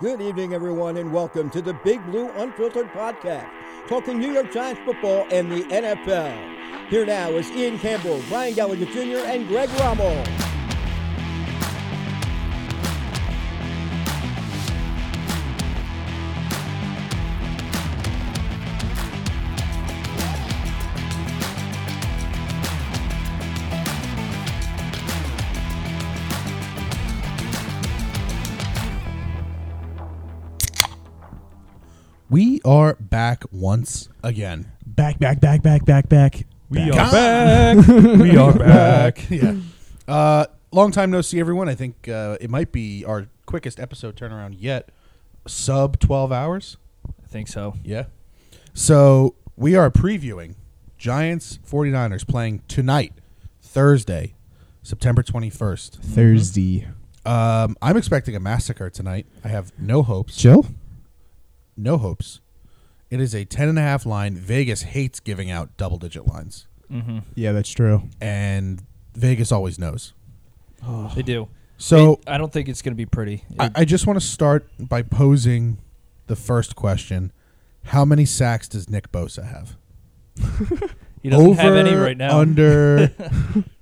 Good evening, everyone, and welcome to the Big Blue Unfiltered Podcast, talking New York Giants football and the NFL. Here now is Ian Campbell, Brian Gallagher Jr., and Greg Rommel. We are back once again. back, back, back, back, back, back. We Back. are back. we are back. yeah. Uh, long time no see, everyone. I think uh, it might be our quickest episode turnaround yet. Sub 12 hours. I think so. Yeah. So we are previewing Giants 49ers playing tonight, Thursday, September 21st. Thursday. Um, I'm expecting a massacre tonight. I have no hopes. Joe? No hopes. It is a 10.5 line. Vegas hates giving out double digit lines. Yeah, that's true. and Vegas always knows. They do. So I don't think it's going to be pretty. I, I just want to start by posing the first question: How many sacks does Nick Bosa have? he doesn't have any right now. Under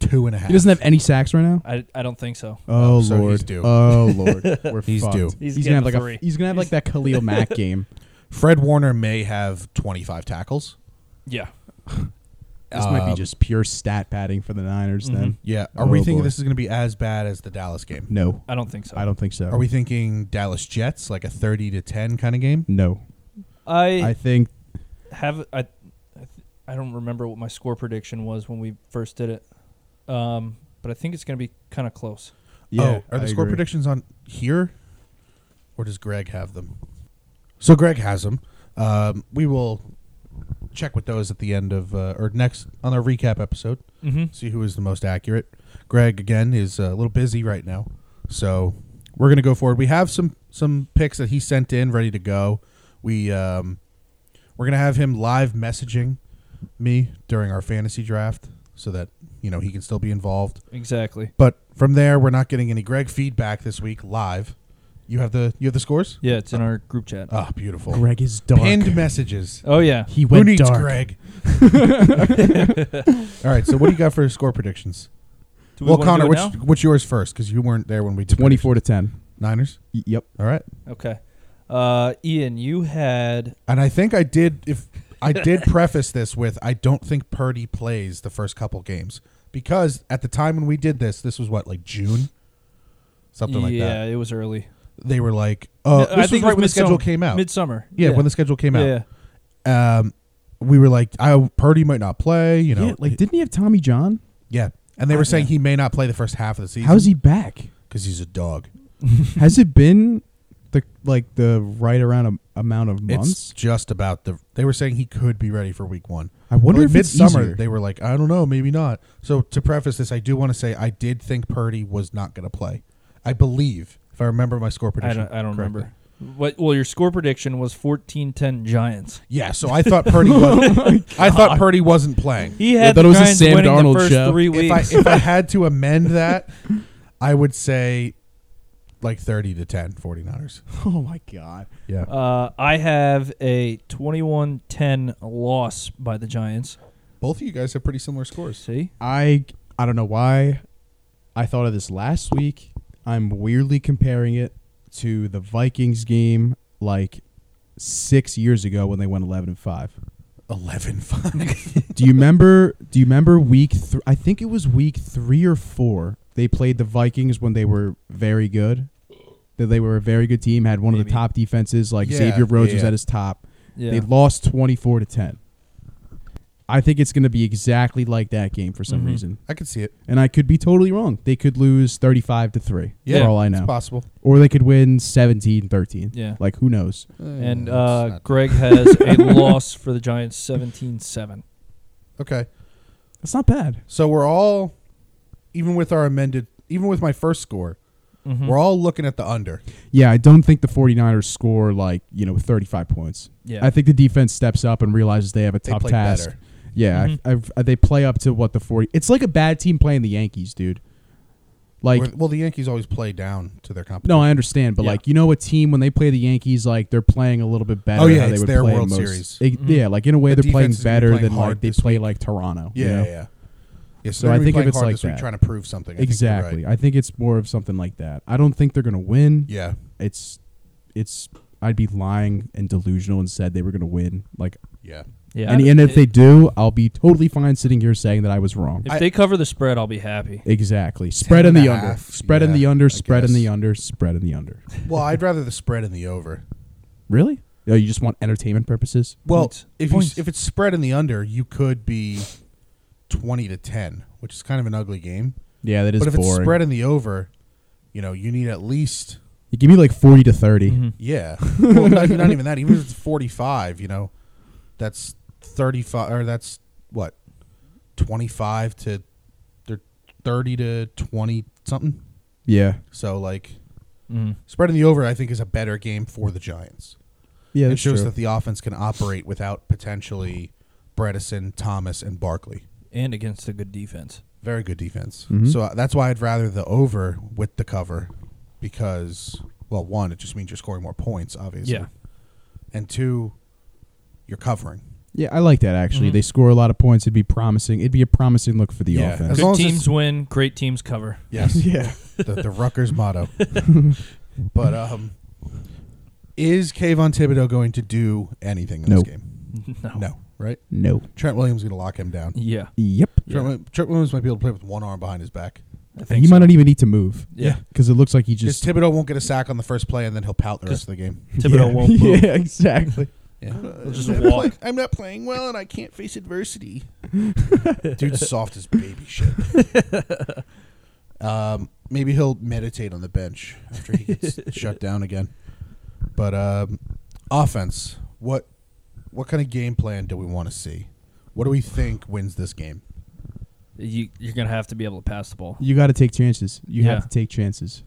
two and a half. He doesn't have any sacks right now. I, I don't think so. Oh so he's lord. due. Oh lord. We're He's fucked. due. He's gonna have like getting a three. he's gonna have like that Khalil Mack game. Fred Warner may have twenty-five tackles. Yeah. This might be Um, mm-hmm. just pure stat padding for the Niners then. Yeah. Are we Oh, thinking boy. this is going to be as bad as the Dallas game? No. I don't think so. I don't think so. Are we thinking Dallas Jets like a thirty to ten kind of game? No. I I, think have. I, I, th- I don't remember what my score prediction was when we first did it, um, but I think it's going to be kind of close. yeah, oh, are the I score agree. predictions on here, or does Greg have them? So Greg has them. Um, we will check with those at the end of uh, or next on our recap episode. Mm-hmm. See who is the most accurate. Greg again is uh, a little busy right now, so we're gonna go forward. We have some some picks that he sent in ready to go. We um, we're gonna have him live messaging me during our fantasy draft so that you know he can still be involved. Exactly. But from there, we're not getting any Greg feedback this week live. You have the you have the scores. Yeah, it's in our group chat. Ah, beautiful. Greg is dark. Pinned messages. oh yeah. he Who went needs dark. Greg? All right. So what do you got for score predictions? Do well, wanna do Connor, it which now? what's yours first? Because you weren't there when we did Twenty four to ten. predictions. Niners. Y- yep. All right. Okay. Uh, Ian, you had And I think I did. If I did preface this with, I don't think Purdy plays the first couple games because at the time when we did this, this was what like June, something like yeah, that. it was early. They were like, "Oh, No, this was right when the schedule midsummer- came out." Midsummer. yeah, when the schedule came out. Yeah. um, we were like, I, Purdy might not play, you know. yeah, like didn't he have Tommy John? yeah. And they were Yeah. saying he may not play the first half of the season. How's he back? Because he's a dog. Has it been the like the right around a, amount of months? It's just about the. They were saying he could be ready for week one. I wonder Like, if it's midsummer. easier. they were like, I don't know, maybe not. So to preface this, I do want to say I did think Purdy was not going to play. I believe, if I remember my score I prediction. don't. I don't correctly. remember. What? Well, your score prediction was 14-10 Giants. Yeah, so I thought Purdy Oh was. I thought Purdy wasn't playing. He Yeah, had that the was a Giants Sam winning Darnold the first show. three if I weeks. if I had to amend that, I would say like 30 to 10 49ers. Oh my god. Yeah. uh, I have a 21-10 loss by the Giants. Both of you guys have pretty similar scores. See, I I don't know why I thought of this last week. I'm weirdly comparing it to the Vikings game like 6 years ago when they went 11 and 5. 11 5. Do you remember do you remember week th- I think it was week 3 or 4. They played the Vikings when they were very good. That they were a very good team, had one of Maybe. the top defenses like Yeah, Xavier Rhodes yeah, was yeah. at his top. yeah, They lost 24 to 10. I think it's going to be exactly like that game for some Mhm. reason. I could see it. and I could be totally wrong. They could lose 35 to 3 Yeah, for all I It's know. possible. Or they could win 17-13. yeah. Like who knows? And it's uh, not- Greg has a loss for the Giants, 17-7. okay. That's not bad. So we're all, even with our amended, even with my first score, Mm-hmm. Mhm. we're all looking at the under. Yeah, I don't think the 49ers score like, you know, 35 points. Yeah. I think the defense steps up and realizes they have a They tough play task. better. Yeah, I- uh, Mhm. I've, I, they play up to what the 40. It's like a bad team playing the Yankees, dude. Like Or- well, the Yankees always play down to their competition. no, I understand, but Yeah. like you know, a team when they play the Yankees, like they're playing a little bit better. Oh, yeah, how they it's would their play World most. Series. Mm-hmm. It- Mhm. Yeah, like in a way, The they're playing defense is gonna be better playing than hard like they this play week. like Toronto. you yeah, know? yeah, yeah. Yeah, So they're I gonna be think if playing it's hard like this week, that. trying to prove something. I think you're exactly. right. I think it's more of something like that. I don't think they're gonna win. Yeah, It's it's. I'd be lying and delusional and said they were gonna win. Like, yeah. Yeah. and, I- and if it- they do, I'll be totally fine sitting here saying that I was wrong. if I- they cover the spread, I'll be happy. Exactly. Spread in and the a under. half, Spread in yeah, the I under. Spread in the guess. under. Spread in the under. Well, I'd rather the spread and the over. Really? Oh, you just want entertainment purposes? Well, Points. if you Points. s if it's spread in the under, you could be twenty to ten, which is kind of an ugly game. Yeah, that is but if boring. it's spread in the over, you know, you need at least you give me like forty to 30 Mm-hmm. yeah. well, not, not even that. Even if it's forty-five, you know, that's thirty-five or that's what twenty-five to they're thirty to twenty something. Yeah. So like Mhm. spreading the over, I think is a better game for the Giants. Yeah, it that's shows true. that the offense can operate without potentially Bredesen, Thomas, and Barkley. And against a good defense. Very good defense. Mm-hmm. Mhm. So uh, that's why I'd rather the over with the cover because, well, one, it just means you're scoring more points, obviously. Yeah. And two, you're covering. yeah, I like that actually. Mhm. They score a lot of points. It'd be promising. It'd be a promising look for the Yeah, offense. as long Good as it's- teams win, great teams cover. Yes. yeah. the, the Rutgers motto. but um, is Kayvon Thibodeau going to do anything in No. this game? no. No, right? No. Trent Williams is going to lock him down. Yeah. Yep. Trent, Wi- Trent Williams might be able to play with one arm behind his back. I And think he so. might not even need to move. Yeah. Because it looks like he Because just Thibodeau won't get a sack on the first play, and then he'll pout the rest Just- of the game. Thibodeau yeah. won't move. yeah, exactly. Yeah. just I'm not walk. play- I'm not playing well, and I can't face adversity. Dude's soft as baby shit. um, maybe he'll meditate on the bench after he gets shut down again. But um, offense, what what kind of game plan do we want to see? What do we think wins this game? You, you're going to have to be able to pass the ball. You got to take chances. You Yeah. have to take chances.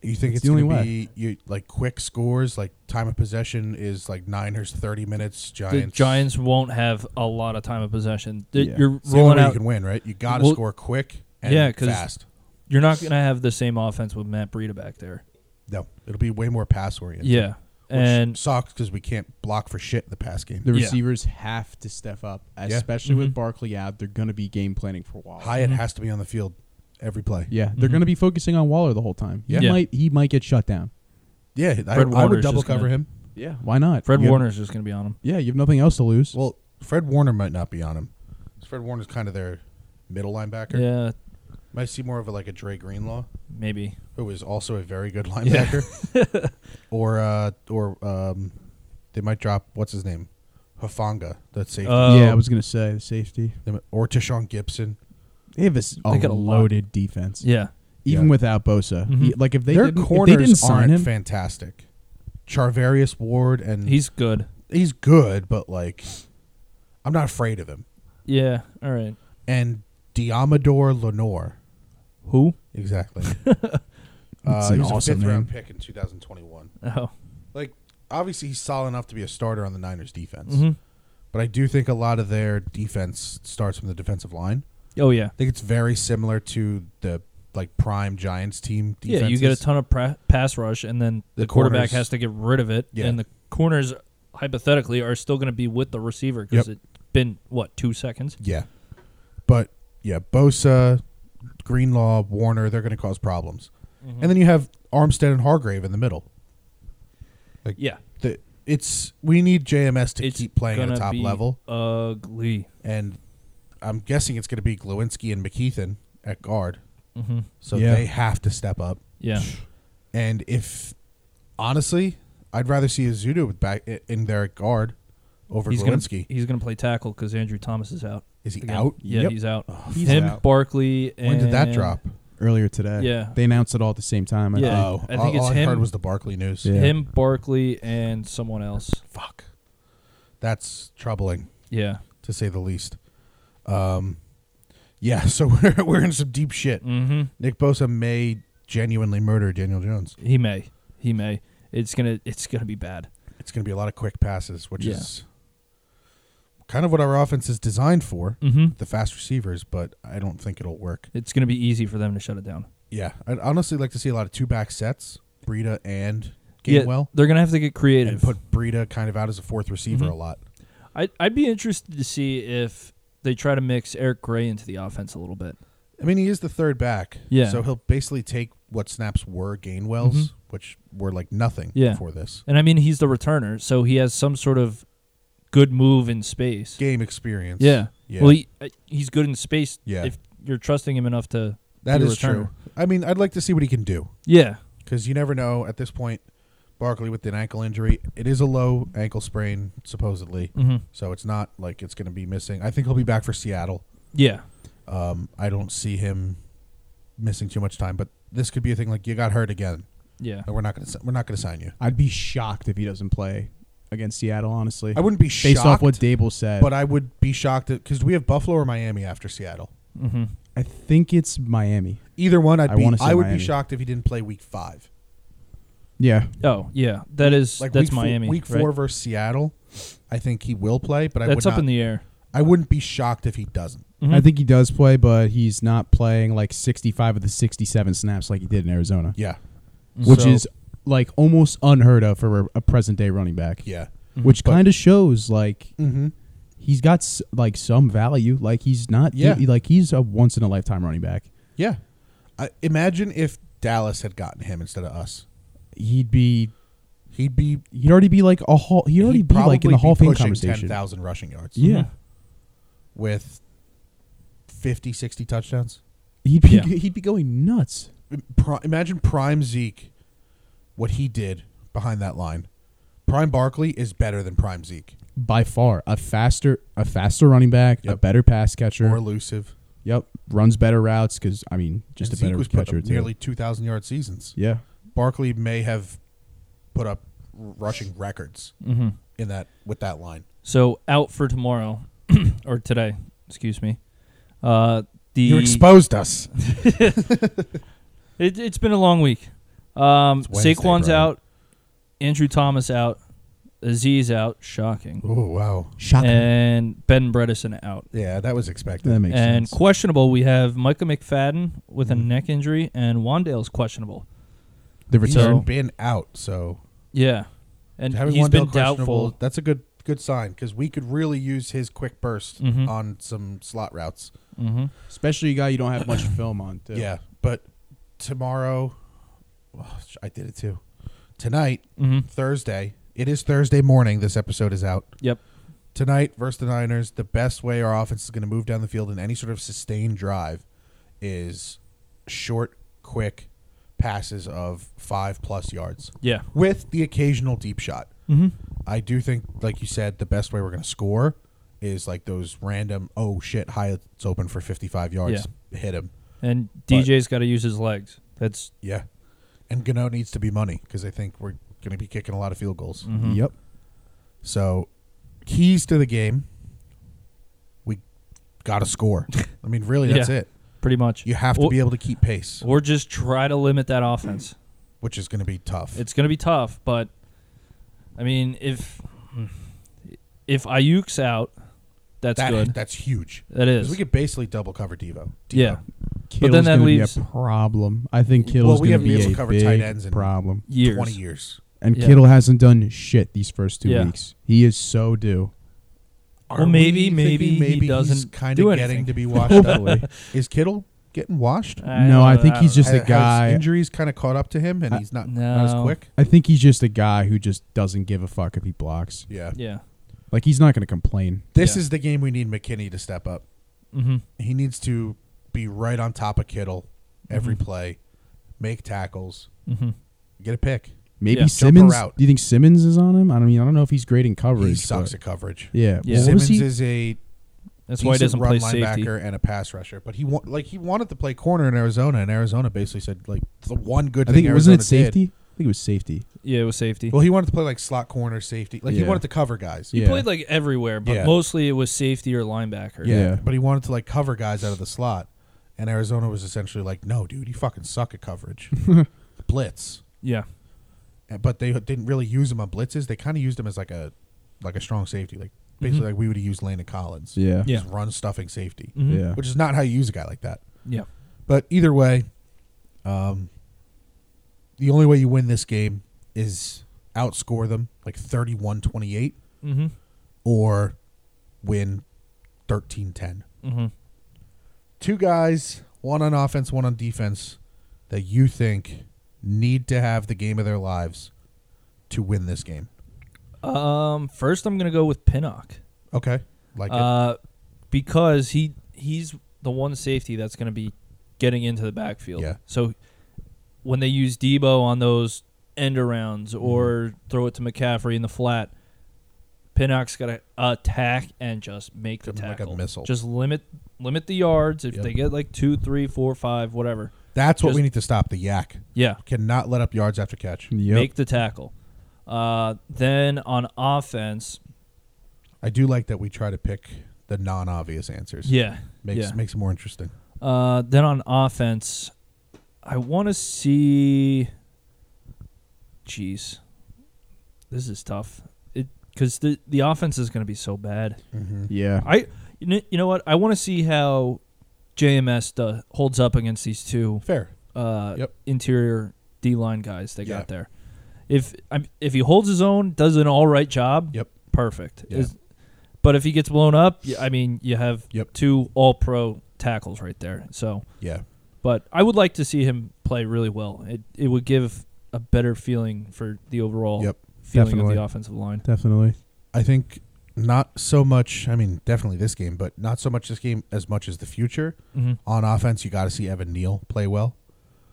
You think It's it's, the only going to be you, like quick scores, like time of possession is like Niners thirty minutes, Giants. The Giants won't have a lot of time of possession. Th- Yeah. You're It's the only rolling way you out. can win, right? You got to Well, score quick and yeah, 'cause- fast. You're not going to have the same offense with Matt Breida back there. No, it'll be way more pass oriented. Yeah. which And sucks because we can't block for shit in the pass game. The Yeah. Mm-hmm. receivers have to step up, especially with Barkley out. They're going to be game planning for Waller. Hyatt Mhm. has to be on the field every play. Yeah, they're Mhm. going to be focusing on Waller the whole time. He Yeah. Yeah. might he might get shut down. Yeah, I, Fred I would Warner's double just gonna- cover him. Yeah, why not? Fred You have- Warner's just going to be on him. Yeah, you have nothing else to lose. Well, Fred Warner might not be on him. 'Cause Fred Warner's kind of their middle linebacker. Yeah, Might see more of a, like a Dre Greenlaw, maybe. who is also a very good linebacker. or uh, or um, they might drop what's his name, Hafanga, that safety, Uh, oh. yeah, I was going to say the safety. They might- or Tashawn Gibson. They have a, s- They got a lot. Oh, loaded defense. Yeah. even Yeah. without Bosa. Mhm. He- like if they Their didn't, if corners they didn't sign aren't him, fantastic. Charvarius Ward and He's good. he's good, but like I'm not afraid of him. Yeah. All right. And Diamador Lenore, Who? exactly. uh, That's an he was a awesome fifth round name. pick in 2021. Oh. Like obviously he's solid enough to be a starter on the Niners defense, Mm-hmm. hmm but I do think a lot of their defense starts from the defensive line. Oh, yeah. I think it's very similar to the like prime Giants team defense. Yeah, you get a ton of pra- pass rush, and then The the, quarterback corners- has to get rid of it, Yeah. and the corners hypothetically are still going to be with the receiver because it's been what two seconds. Yeah. But yeah, Bosa, Greenlaw, Warner, they're going to cause problems. Mm-hmm. And then you have Armstead and Hargrave in the middle. Yeah, The, it's we need JMS to it's keep playing at a gonna top be level, Ugly. and I'm guessing it's going to be Glowinski and McKeithen at guard. hmm So Yeah. they have to step up. Yeah, And if honestly, I'd rather see Azudu with back i- in there at guard over he's gonna Glowinski. he's gonna play tackle because Andrew Thomas is out. Is he again. out? Oh, Yeah, Yep. he's out. he's Him, out. Barkley. And When did that drop? earlier today. Yeah. they announced it all at the same time. I Yeah. think. Oh, I think all, it's all I heard him. was the Barkley news. Yeah. Him, Barkley, and someone else. Fuck, that's troubling. Yeah. to say the least. Um, yeah, so we're we're in some deep shit. Mm-hmm. Nick Bosa may genuinely murder Daniel Jones. He may. He may. It's gonna. It's gonna be bad. It's going to be a lot of quick passes, which Yeah. is kind of what our offense is designed for, Mm-hmm. the fast receivers. But I don't think it'll work. It's gonna be easy for them to shut it down. Yeah, I'd honestly like to see a lot of two back sets, Breida and Yeah, Gamewell, they're gonna have to get and creative. put Breida kind of out as a fourth receiver Mhm. a lot. I, I'd be interested to see if they try to mix Eric Gray into the offense a little bit. I mean, he is the third back. Yeah. So he'll basically take what snaps were Gainwell's, Mhm. which were like nothing Yeah. for this And I mean, he's the returner, so he has some sort of good move in space. game experience. Yeah. Yeah. Well, he, uh, he's good in space Yeah. if you're trusting him enough to. that be a is true. returner. I mean, I'd like to see what he can do Yeah. because you never know at this point. Barkley with an ankle injury. It is a low ankle sprain, supposedly. Mm-hmm. So it's not like it's going to be missing. I think he'll be back for Seattle. Yeah. Um, I don't see him missing too much time, but this could be a thing like you got hurt again, Yeah. and we're not going to we're not going to sign you. I'd be shocked if he doesn't play against Seattle. Honestly, I wouldn't be based shocked, off what Dable said, but I would be shocked because we have Buffalo or Miami after Seattle. Mm-hmm. I think it's Miami. Either one, I'd I be wanna say I would Miami. be shocked if he didn't play Week Five, Yeah, Oh yeah, that is like that's week four- Miami. week right? Four versus Seattle. I think he will play, but I that's would up not, in the air. I wouldn't be shocked if he doesn't. Mm-hmm. I think he does play, but he's not playing like 65 of the 67 snaps like he did in Arizona, Yeah, Mm-hmm. which So- is like almost unheard of for a, a present day running back. yeah. Mm-hmm. Which But- kind of shows like Mm-hmm. he's got s- like some value. Like he's not, Yeah. he- like he's a once in a lifetime running back. Yeah. I, imagine if Dallas had gotten him instead of us. He'd be, He'd be he'd already be like a hall. He'd already he'd be like probably in the Hall of be Fame pushing conversation. 10,000 rushing yards Yeah, Mhm. with 50, 60 touchdowns. he'd be Yeah. he'd be going nuts. Pri- imagine prime Zeke what he did behind that line. Prime Barkley is better than prime Zeke. by far a faster a faster running back, a Yep. better pass catcher. More elusive. yep, runs better routes because I mean, just And a better Zeke was put catcher up too. nearly 2,000 yard seasons. yeah, Barkley may have put up r- rushing records Mhm. in that with that line. So out for tomorrow or today, excuse me. Uh, the You exposed us. it, it's been a long week. Um, It's Wednesday, Saquon's brother. out, Andrew Thomas out, Aziz out, shocking, Oh, wow. shocking. and Ben Bredesen out. Yeah, that was expected. that makes and sense. questionable, we have Micah McFadden with a Mhm. neck injury, and Wandale's questionable. the He's return. been out, so Yeah, and having he's Wandale been questionable, doubtful. That's a good good sign because we could really use his quick burst Mhm. on some slot routes. Mm-hmm. Especially a guy you don't have much film on. Too. Yeah, but tomorrow, oh, sh- I did it too. Tonight, Mm-hmm. Thursday. It is Thursday morning. This episode is out Yep. tonight versus the Niners. The best way our offense is going to move down the field in any sort of sustained drive is short, quick passes of five plus yards Yeah. with the occasional deep shot. Mm-hmm. I do think, like you said, the best way we're going to score is like those random, oh shit, Hyatt's open for 55 yards, hit him. And DJ's got to use his legs. That's Yeah. And Gano needs to be money because I think we're going to be kicking a lot of field goals. mhm. Yep. So, keys to the game, we got to score. I mean, really, that's Yeah. it. pretty much. You have to Or- be able to keep pace, or just try to limit that offense. which is going to be tough. It's going to be tough, but I mean, if hmm, if Ayuk's out, that's that, good. That's huge. that 'Cause is. we could basically double cover Devo. Devo. yeah. Kittle's then that gonna leaves- be a problem. I think Kittle's Well, we going haven't to been be able a to cover big tight ends in- problem. Years. 20 years. And Yeah. Kittle hasn't done shit these first two Yeah. weeks. He is so due. Well, Are we maybe- maybe thinking he maybe he's doesn't kind do of anything. getting to be washed up. Hopefully. Is Kittle getting washed? No, I think he's just Ha- a has guy- injuries kind of caught up to him, and I- he's not, No. not as quick. I think he's just a guy who just doesn't give a fuck if he blocks. Yeah. Yeah. Like he's not going to complain. This Yeah. is the game we need McKinney to step up. Mm-hmm. He needs to be right on top of Kittle every Mm-hmm. Mhm. play, make tackles, Mm-hmm. get a pick. Maybe Yeah. Jumper Simmons. route. Do you think Simmons is on him? I mean, I don't know if he's great in coverage. He sucks at but- coverage. Yeah. Yeah. What was Simmons he? is a That's why he doesn't decent play run safety. linebacker and a pass rusher, but he wa- like he wanted to play corner in Arizona, and Arizona basically said like the one good I thing think wasn't Arizona it did- safety. I think it was safety. Yeah, with safety. Well, he wanted to play like slot corner safety, like he Yeah. wanted to cover guys. he yeah. played like everywhere, but Yeah. mostly it was safety or linebacker. Yeah. But he wanted to like cover guys out of the slot. And Arizona was essentially like, no, dude, you fucking suck at coverage. Blitz. Yeah. And- But they didn't really use him on blitzes. They kind of used him as like a like a strong safety. Like basically Mhm. like we would have used Landon Collins. Yeah. Mm. Yeah. Just run stuffing safety. Mhm. Yeah. Which is not how you use a guy like that. Yeah. But either way, Um, the only way you win this game is outscore them like 31 28 Mm-hmm. or win 13 10. Mm-hmm. Two guys, one on offense, one on defense, that you think need to have the game of their lives to win this game. Um, first I'm gonna go with Pinnock, Okay. Like it. uh, because he he's the one safety that's gonna be getting into the backfield. Yeah. So when they use Debo on those end arounds Mm-hmm. or throw it to McCaffrey in the flat, Pinnock's gotta attack and just make the Give him like a tackle. missile. Just limit limit the yards if Yep. they get like two, three, four, five, whatever. That's what just- we need to stop the yak. Yeah. Cannot let up yards after catch. Yep. Make the tackle. Uh, then on offense, I do like that we try to pick the non obvious answers. yeah, Makes yeah. makes it more interesting. Uh, then on offense, I want to see. Jeez, this is tough. It because the the offense is going to be so bad. yeah. I you know, you know what I want to see how JMS do, holds up against these two Fair. uh, Yep. interior D line guys they Yeah. got there. If I'm, if he holds his own, does an all right job. Yep. Perfect. Yeah. Is- but if he gets blown up, y- I mean, you have Yep. two all pro tackles right there. So, Yeah. but I would like to see him play really well. It it would give a better feeling for the overall Yep. feeling Definitely. of the offensive line. Definitely. I think not so much. I mean, definitely this game, but not so much this game as much as the future. Mm-hmm. On offense, you got to see Evan Neal play well.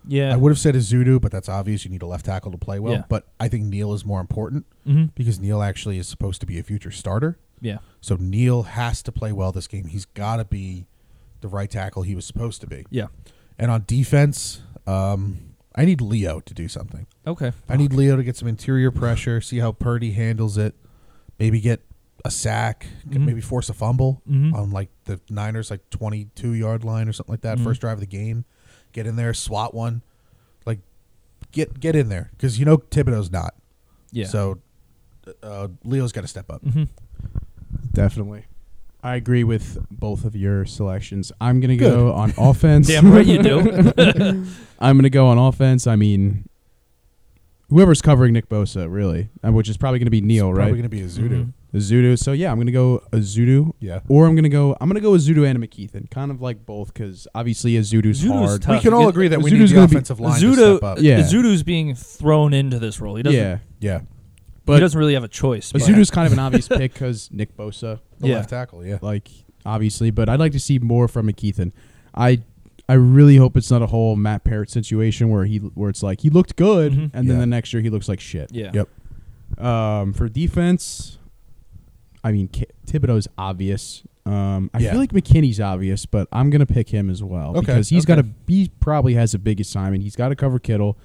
Yeah. I would have said Azudu, but that's obvious. You need a left tackle to play well. Yeah. But I think Neal is more important hmm because Neal actually is supposed to be a future starter. Yeah. So Neal has to play well this game. He's got to be the right tackle he was supposed to be. Yeah. And on defense, um, I need Leo to do something. Okay. I need Leo to get some interior pressure, see how Purdy handles it, maybe get a sack, get- Mm-hmm. Mhm. maybe force a fumble Mhm. on like the Niners like 22 yard line or something like that. Mhm. Mm-hmm. First drive of the game, get in there, swat one, like get get in there because you know Thibodeau's not. Yeah. So uh, Leo's got to step up. hmm Definitely. I agree with both of your selections. I'm gonna Good. go on offense. Damn right you do. I'm gonna go on offense. I mean, whoever's covering Nick Bosa, really, uh, which is probably gonna be Neil, It's right? Mm-hmm. Probably gonna be Azudu. Mhm. Azudu. So yeah, I'm gonna go Azudu, Yeah. or I'm gonna go. I'm gonna go Azudu and McKeithen, kind of like both, because obviously Azudu's, Azudu's hard. tough. We can all agree that we need Azudu's the gonna be- offensive line to Azudu, step up. Yeah. Azudu's being thrown into this role. He doesn't. yeah, Yeah. he but doesn't really have a choice. but- Azudu's kind of an obvious pick because Nick Bosa, The Yeah. left tackle. Yeah. like obviously, but I'd like to see more from McKeithen. I I really hope it's not a whole Matt Parrott situation where he where it's like he looked good Mhm. and then Yeah. the next year he looks like shit. Yeah. Yep. Um, for defense, I mean K- Thibodeau's obvious. Um, I Yeah. feel like McKinney's obvious, but I'm gonna pick him as well Okay, because he's okay. got to. He probably has a big assignment. He's got to cover Kittle.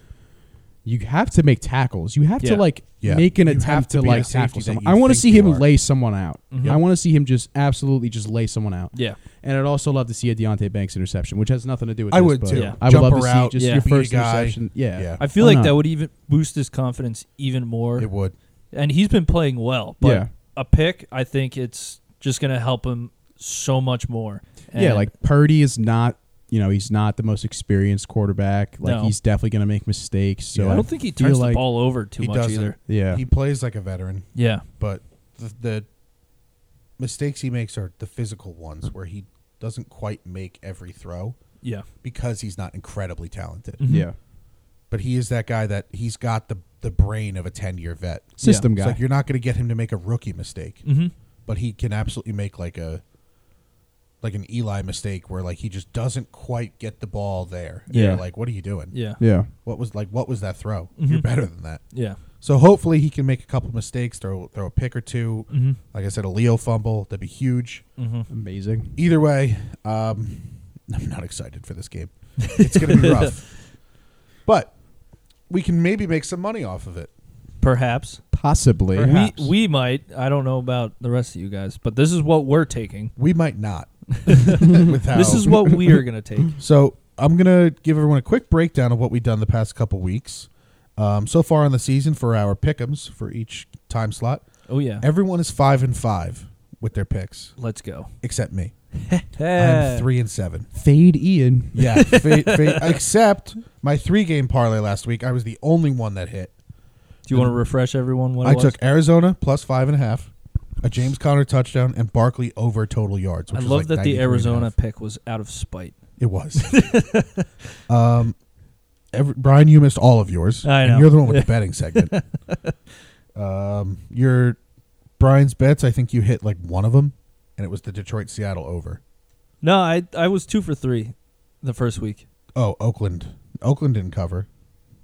You have to make tackles. You have Yeah. to like Yeah. make an You have attempt to to, be like the safety tackle that someone. you I want to think see you him are. Mm-hmm. lay someone out. Mhm. I want to see him just absolutely just lay someone out. Yeah. And I'd also love to see a Deontay Banks interception, which has nothing to do with. I this, would but too. Yeah. I would Jump love her to out, see just yeah. your be a first guy. interception. Yeah. Yeah. I feel Why like not? that would even boost his confidence even more. It would. and he's been playing well, but Yeah. a pick, I think it's just going to help him so much more. yeah, And- like Purdy is not, you know, he's not the most experienced quarterback. Like No. he's definitely going to make mistakes. So Yeah. I don't think he feel turns the like- ball over too he much doesn't. either. Yeah. He plays like a veteran. Yeah. but the, the mistakes he makes are the physical ones where he doesn't quite make every throw Yeah. because he's not incredibly talented. Mhm. yeah. But he is that guy that he's got the the brain of a 10-year vet. System It's guy. Mm-hmm. like you're not going to get him to make a rookie mistake, hmm but he can absolutely make like a like an Eli mistake where like he just doesn't quite get the ball there. And Yeah. you're like what are you doing? Yeah. yeah. What was like what was that throw? Mhm. You're better than that. Yeah. So hopefully he can make a couple mistakes, throw throw a pick or 2 hmm Like I said, a Leo fumble that'd be huge. hmm Amazing. Either way, um, I'm not excited for this game. It's gonna be rough, but we can maybe make some money off of it. Perhaps. Possibly. We, we might. I don't know about the rest of you guys, but this is what we're taking. We might not. with how- This is what we are going to take. So I'm gonna give everyone a quick breakdown of what we've done the past couple weeks, um, so far in the season for our pickems for each time slot. Oh, yeah. Everyone is five and five. with their picks, Let's go. except me. Yeah. I'm three and seven. Fade Ian. Yeah, fa- fa- except my three game parlay last week, I was the only one that hit. Do you want to refresh everyone? What it I was? took Arizona plus five and a half, a James Conner touchdown, and Barkley over total yards. I Which was love like that 93 the and a Arizona half. pick was out of spite. It was. um, every, Brian, you missed all of yours. I and know. you're the one with the betting segment. um, your Brian's bets. I think you hit like one of them, and it was the Detroit Seattle over. No, I I was two for three, the first week. Oh, Oakland. Oakland didn't cover.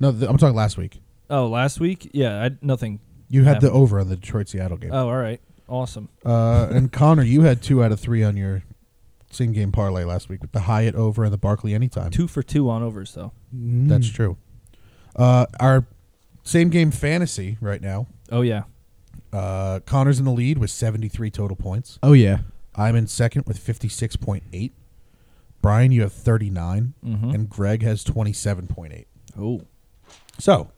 No, th- I'm talking last week. Oh, last week? Yeah, I nothing. You had the Happened. over on the Detroit Seattle game. Oh, all right, awesome. Uh, and Connor, you had two out of three on your same game parlay last week with the Hyatt over and the Barkley anytime. Two Hmm. for two on overs though. Mm-hmm. That's true. Uh, our same game fantasy right now. Oh yeah, Uh, Connor's in the lead with 73 total points. Oh yeah. I'm in second with 56.8. Brian, you have 39, Mhm. and Greg has 27.8. Oh, So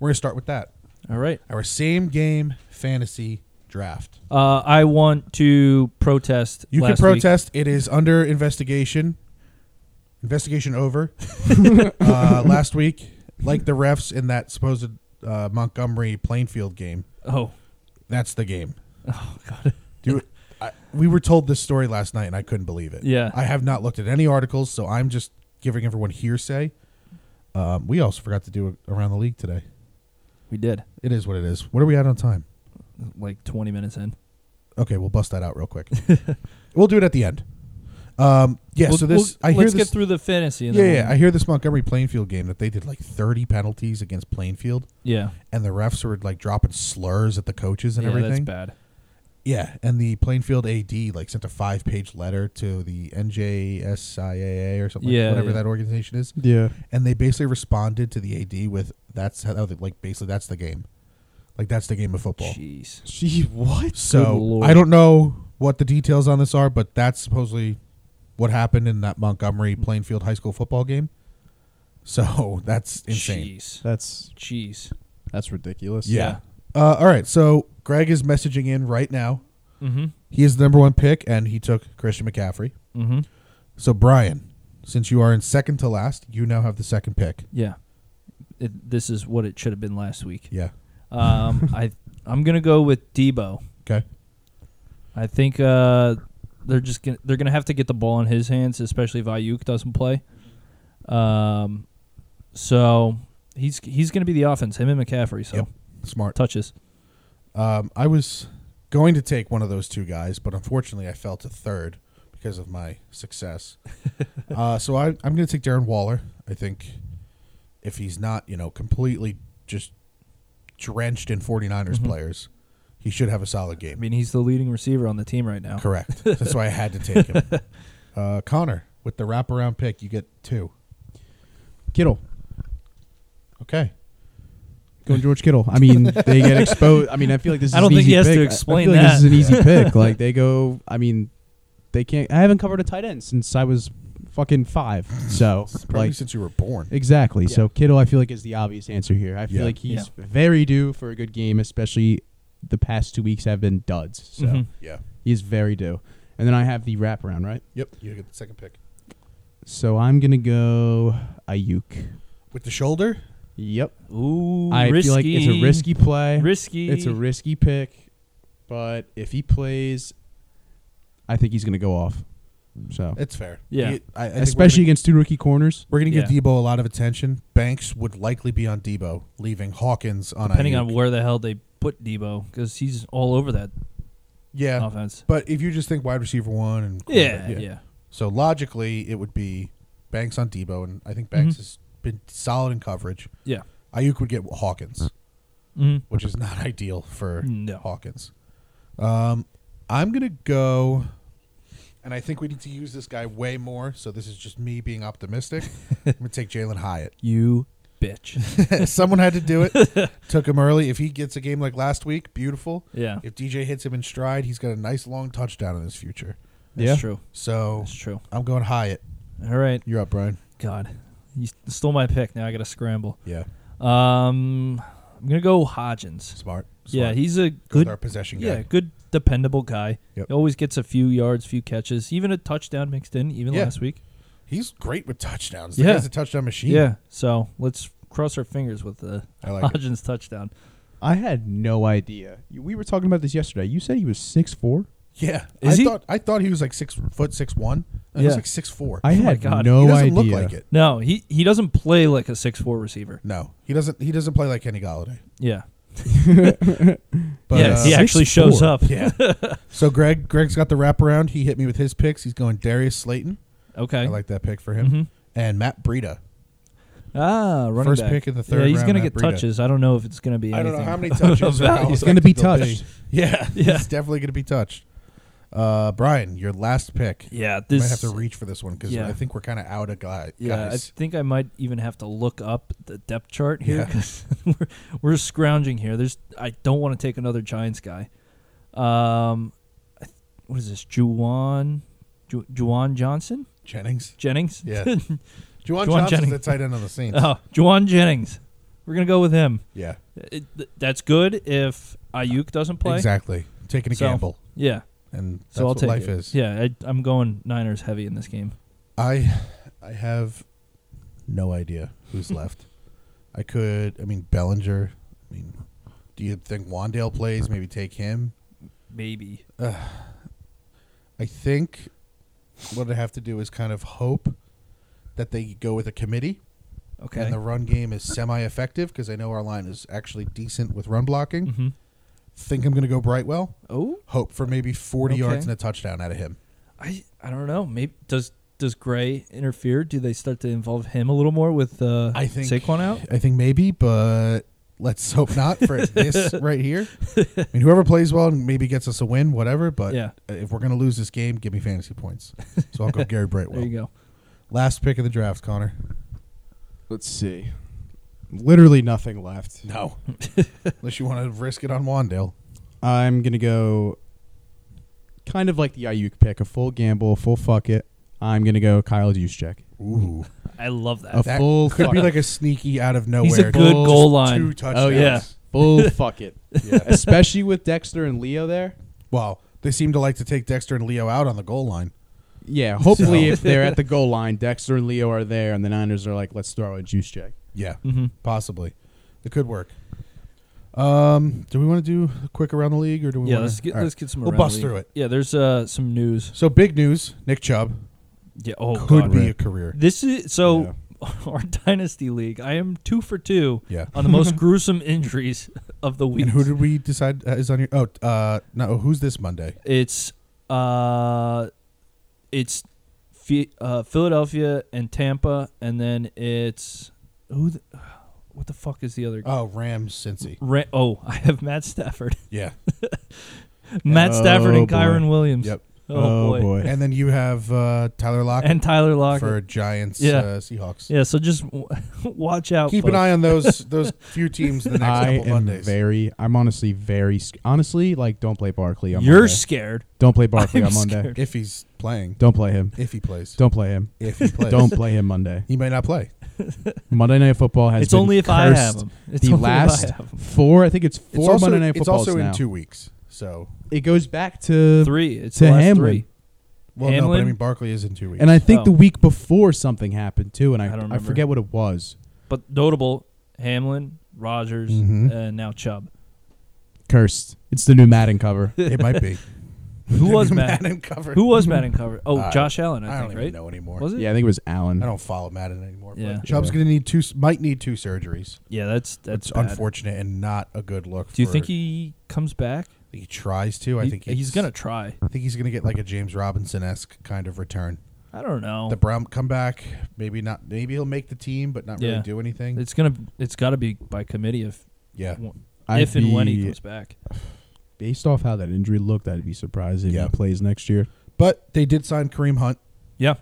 we're gonna start with that. all right. Our same game fantasy draft. Uh, I want to protest. You last can protest. It is under investigation. Investigation over. uh, last week, like the refs in that supposed uh, Montgomery Plainfield game, Week. Oh, that's the game. oh god. Do I, we were told this story last night, and I couldn't believe it. Yeah. I have not looked at any articles, so I'm just giving everyone hearsay. Um, we also forgot to do a, around the league today. We did It is what it is. What are we at on time? like 20 minutes in. Okay, we'll bust that out real quick. we'll do it at the end. Um, yeah. We'll- so this, we'll- I hear let's this. get through the fantasy. And yeah, then yeah. we'll- I hear this Montgomery Plainfield game that they did like 30 penalties against Plainfield, yeah. and the refs were like dropping slurs at the coaches and yeah, everything. That's bad. Yeah, and the Plainfield AD like sent a five-page letter to the NJSIAA or something, like- Yeah, whatever yeah. that organization is, Yeah. and they basically responded to the AD with, "That's how they, like basically that's the game, like that's the game of football." Jeez. She what? Good So lord. I don't know what the details on this are, but that's supposedly what happened in that Montgomery Plainfield High School football game. So that's insane. Jeez. That's Jeez. that's ridiculous. Yeah. Uh, all right, so Greg is messaging in right now. Mm-hmm. He is the number one pick, and he took Christian McCaffrey. Mm-hmm. So Brian, since you are in second to last, you now have the second pick. Yeah. It, this is what it should have been last week. Yeah. Um, I I'm gonna go with Debo. Okay. I think uh, they're just gonna, they're gonna have to get the ball in his hands, especially if Ayuk doesn't play. Um, so he's he's gonna be the offense, him and McCaffrey. So Yep. Smart. touches. Um, I was going to take one of those two guys, but unfortunately, I fell to third because of my success. uh, so I, I'm going to take Darren Waller. I think if he's not, you know, completely just drenched in 49ers Mhm. players, he should have a solid I game. mean, he's the leading receiver on the team right now. Correct. That's why I had to take him. Uh, Connor, with the wraparound pick, you get two. Kittle. Okay. Going George Kittle. I mean, they get exposed. I mean, I feel like this. Is I don't an think easy he has to pick. I- explain I feel like that. This is an easy pick. Like they go. I mean, they can't. I haven't covered a tight end since I was fucking five. So Probably like since you were born. exactly. Yeah. So Kittle, I feel like is the obvious answer here. I feel Yeah. like he's very due for a good game, especially the past two weeks have been duds. So Mm-hmm. Mhm. Yeah. he's very due. And then I have the wraparound, right? Yep. You get the second pick. So I'm gonna go Ayuk. With the shoulder? Yep. Ooh, I risky. feel like it's a risky play. Risky. It's a risky pick, but if he plays, I think he's going to go off. So, It's fair. Yeah. You- I- I think we're especially gonna- against two rookie corners. We're going to give Yeah. Debo a lot of attention. Banks would likely be on Debo, leaving Hawkins on depending Ayuk. on where the hell they put Debo because he's all over that Yeah. offense. But if you just think wide receiver one and Yeah, quarterback, yeah, So logically, it would be Banks on Debo, and I think Mm-hmm. Banks has been solid in coverage. yeah. Ayuk would get Hawkins, Mm-hmm. Mhm. which is not ideal for No. Hawkins. Um, I'm going to go, and I think we need to use this guy way more. So this is just me being optimistic. I'm going to take Jalen Hyatt. You bitch. Someone had to do it. Took him early. If he gets a game like last week, beautiful. yeah, that's If DJ hits him in stride, he's got a nice long touchdown in his future. Yeah. true. So That's true. I'm going Hyatt. All right. You're up, Brian. God, you s- stole my pick. Now I got to scramble. Yeah, Um, I'm gonna go Hodgins. smart. Yeah, Smart. he's a Go with good. our possession guy. Yeah, good dependable guy. Yep. He always gets a few yards, few catches, even a touchdown mixed in, even Yeah. last week. He's great with touchdowns. Yeah. The guy's a touchdown machine. Yeah. So let's cross our fingers with the I like it. Hodgins touchdown. I had no idea. You- We were talking about this yesterday. You said he was six four. Yeah. Is I he- thought I thought he was like six foot six one. He Yeah. was like six four. I Oh my had God. no he doesn't idea. look like it. No, he, he doesn't play like a six four receiver. No. He doesn't he doesn't play like Kenny Galladay. Yeah. But yeah, uh, he actually 6'4". shows up. Yeah. so Greg Greg's got the wraparound. He hit me with his picks. He's going Darius Slayton. Okay. I like that pick for him. hmm And Matt Breida. Ah, running First back. pick of the third Yeah, he's round, gonna Matt get Breida. touches. I don't know if it's gonna be. anything of value. He's gonna be touched. Yeah, Yeah. he's definitely going to be touched. Uh, Brian, your last pick. Yeah, You this. might have to reach for this one because Yeah. I think we're kind of out of guy, yeah, I guys. think I might even have to look up the depth chart here Yeah. because we're, we're scrounging here. There's I don't want to take another Giants guy. Um, I th- what is this? Juwan, Ju- Juwan Johnson Jennings. Jennings. Yeah. Juwan Juwan, Juwan Johnson's Jennings. the tight end on the Saints. oh, Juwan Jennings. We're gonna go with him. yeah, It, th- that's good if Ayuk doesn't play. exactly. Taking a So- gamble. Yeah. And that's So I'll what take life it. is. Yeah, I, I'm going Niners heavy in this game. I, I have no idea who's left. I could, I mean, Bellinger. I mean, do you think Wandale plays? Maybe take him. Maybe. I think what I have to do is kind of hope that they go with a committee Okay. and the run game is semi-effective because I know our line is actually decent with run blocking. hmm Think I'm going to go Brightwell. Oh, Hope for maybe 40 Okay. yards and a touchdown out of him. I I don't know. Maybe does does Gray interfere? Do they start to involve him a little more with uh, I think- Saquon out? I think maybe, but let's hope not for this right here. I mean, whoever plays well and maybe gets us a win, whatever. But Yeah. if we're going to lose this game, give me fantasy points. So I'll go Gary There you Brightwell. go. Last pick of the draft, Connor. Let's see. Literally nothing left. No, unless you want to risk it on Wandale. I'm gonna go. Kind of like the Ayuk pick, a full gamble, full fuck it. I'm gonna go Kyle Juszczyk. Ooh. I love that. A That full Could fuck be it. like a sneaky out of nowhere. He's a good Bulls goal Two line. touchdowns. Oh yeah, full fuck it. Especially with Dexter and Leo there. Well, they seem to like to take Dexter and Leo out on the goal line. Yeah, hopefully So- if they're at the goal line, Dexter and Leo are there, and the Niners are like, let's throw a juice check. Yeah, hmm possibly. It could work. Um, do we want to do a quick around the league, or do we? Yeah, wanna, let's get all right. let's get some. We'll around bust the through league. it. Yeah, there's uh some news. So big news: Nick Chubb Yeah. Oh could God. be a career. This is so our dynasty league. I am two for two Yeah. on the most gruesome injuries of the week. And who did we decide uh, is on your? Oh, uh, no. Who's this Monday? It's uh, it's Phi- uh, Philadelphia and Tampa, and then it's who? The, what the fuck is the other? Oh, Rams, Cincy. Uh, Ra- oh, I have Matt Stafford, Yeah. Matt Stafford, Oh, and Kyron boy. Williams. Yep. Oh, Oh, boy. boy. and then you have uh, Tyler Lockett And Tyler Lockett. for Giants, Yeah. uh, Seahawks. yeah, so just w- watch out. Keep an folks. eye on those those few teams the next I couple am Mondays. very. I'm honestly very. sc- Honestly, like, don't play Barkley on You're Monday. scared. don't play Barkley I'm on Monday. scared. If he's playing, Don't play him. if he plays, Don't play him. if he plays, Don't play him Monday. He may not play. Monday Night Football has It's only if cursed. I have him. It's the only last if I have him. four, I think it's four It's also, Monday Night it's Footballs also now. in two weeks. So It goes back to three. It's to the last Hamlin. three. well, no, but I Hamlin? mean Barkley is in two weeks. and I think Oh. the week before something happened too, and I I don't I, remember. forget what it was. But notable: Hamlin, Rogers, Mm-hmm. Mhm. and now Chubb. Cursed. It's the new Madden cover. it might be. Who was Matt? Madden covered? Who was Madden cover? Oh, I- Josh Allen, Uh, I, I, don't think, even right? know anymore. Was it? yeah, I think it was Allen. I don't follow Madden anymore. Yeah. But Chubb's Yeah. gonna need two, s- might need two surgeries. Yeah, that's that's it's bad. unfortunate and not a good look. Do you for- think he comes back? I think he tries to? I He- think he's it's- gonna try. I think he's gonna get like a James Robinson esque kind of return. I don't know. The Brown comeback, maybe not. Maybe he'll make the team, but not Yeah. really do anything. it's gonna. It's got to be by committee if yeah, I'd if and when he be- comes back. based off how that injury looked, I'd be surprised if Yeah. he plays next year. but they did sign Kareem Hunt. Yeah.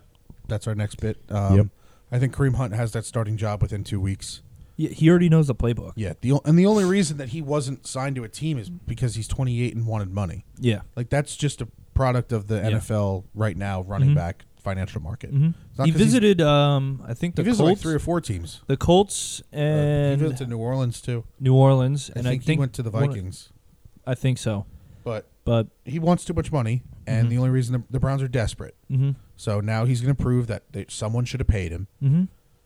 That's our next bit. Um, Yep. I think Kareem Hunt has that starting job within two weeks. He, he already knows the playbook. Yeah, the o- and the only reason that he wasn't signed to a team is because he's 28 and wanted money. Yeah. Like that's just a product of the Yeah. NFL right now running Mhm. back financial market. hmm It's not He 'cause he's- visited. Um, I think He the visited like Colts, three or four teams. the Colts, Uh, he and visited to New Orleans too. New Orleans, I and think I he think went to the one- Vikings, I think so. but But he wants too much money, and Mhm. the only reason the, the Browns are desperate. hmm So now he's going to prove that they, someone should have paid him, hmm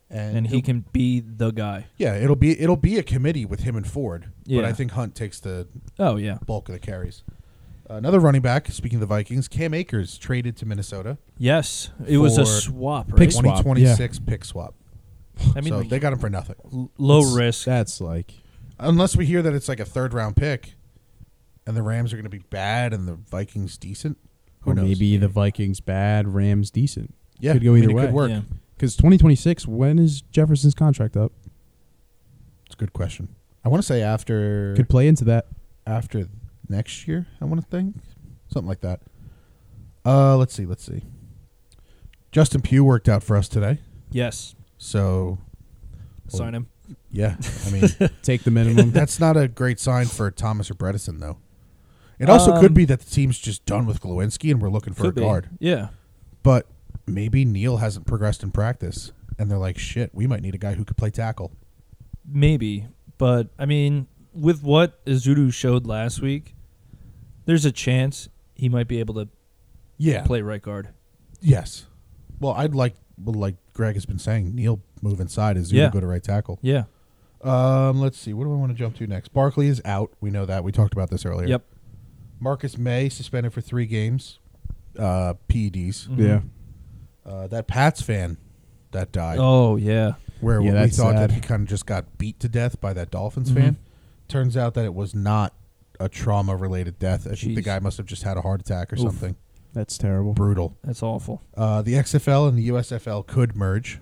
and, and he it'll- can be the guy. Yeah, it'll be it'll be a committee with him and Ford. Yeah. But I think Hunt takes the Oh yeah, bulk of the carries. Another running back. Speaking of the Vikings, Cam Akers traded to Minnesota. yes, it was a For swap. Right? Pick swap, Twenty twenty six pick swap. I mean, so they got him for nothing, l- low That's- risk. That's like unless we hear that it's like a third round pick, and the Rams are going to be bad and the Vikings decent. Who or knows? maybe the Vikings bad, Rams decent. yeah, could go I mean, either it way. Could work. Yeah. Because 2026, when is Jefferson's contract up? It's a good question. I want to say after Could play into that. after next year. I want to think something like that. Uh, let's see, let's see. Justin Pugh worked out for us today, Yes, so sign him. yeah. I mean, Take the minimum. that's not a great sign for Thomas or Bredesen, though. It also could Um, be that the team's just done with Glowinski and we're looking for a Could be. guard. Yeah, But maybe Neil hasn't progressed in practice, and they're like, "Shit, we might need a guy who could play tackle." maybe. But I mean, with what Izuru showed last week, there's a chance he might be able to Yeah. play right guard. Yes. Well, I'd like, well, like Greg has been saying, Neil move inside is Yeah. to go to right tackle. Yeah. Um, let's see. What do I want to jump to next? Barkley is out. We know that. We talked about this earlier. Yep. Marcus May suspended for three games, uh, PEDs. Mhm. yeah. Uh, that Pats fan that died, Oh yeah. where Yeah, we that's thought sad. that he kind of just got beat to death by that Dolphins Mhm. fan. Turns out that it was not a trauma related death. I think the Jeez. guy must have just had a heart attack or Oof. something. That's terrible. Brutal. That's awful. Uh, the XFL and the USFL could merge.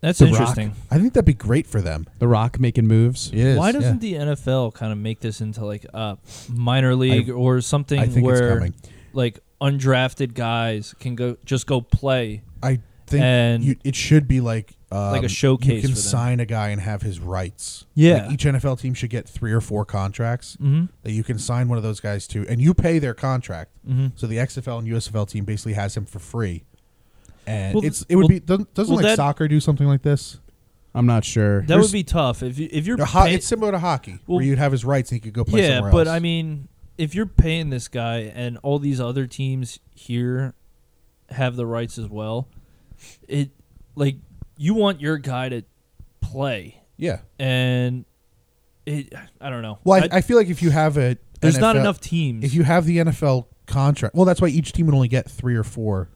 That's The Rock. interesting. I think that'd be great for them. The Rock making moves. It is, Why yeah. doesn't the NFL kind of make this into like a minor league or something I think it's where coming. like undrafted guys can go just go play? I think And- you, it should be like um, a showcase You can for them. sign a guy and have his rights. Yeah. Like, each NFL team should get three or four contracts Mhm. that you can sign one of those guys to, and you pay their contract. Mhm. So the XFL and USFL team basically has him for free. And Well, th- it's it would well- be doesn't, doesn't well, like that- soccer do something like this? I'm not sure. That would be tough if you if you're No, ho- pay- it's similar to hockey, Well- where you'd have his rights and he could go play yeah, somewhere but else. I mean, if you're paying this guy and all these other teams here have the rights as well, it like you want your guy to play yeah. and it. I don't know. Well, I- I, I feel like if you have a there's not NFL enough teams. If you have the NFL contract, well, that's why each team would only get three or four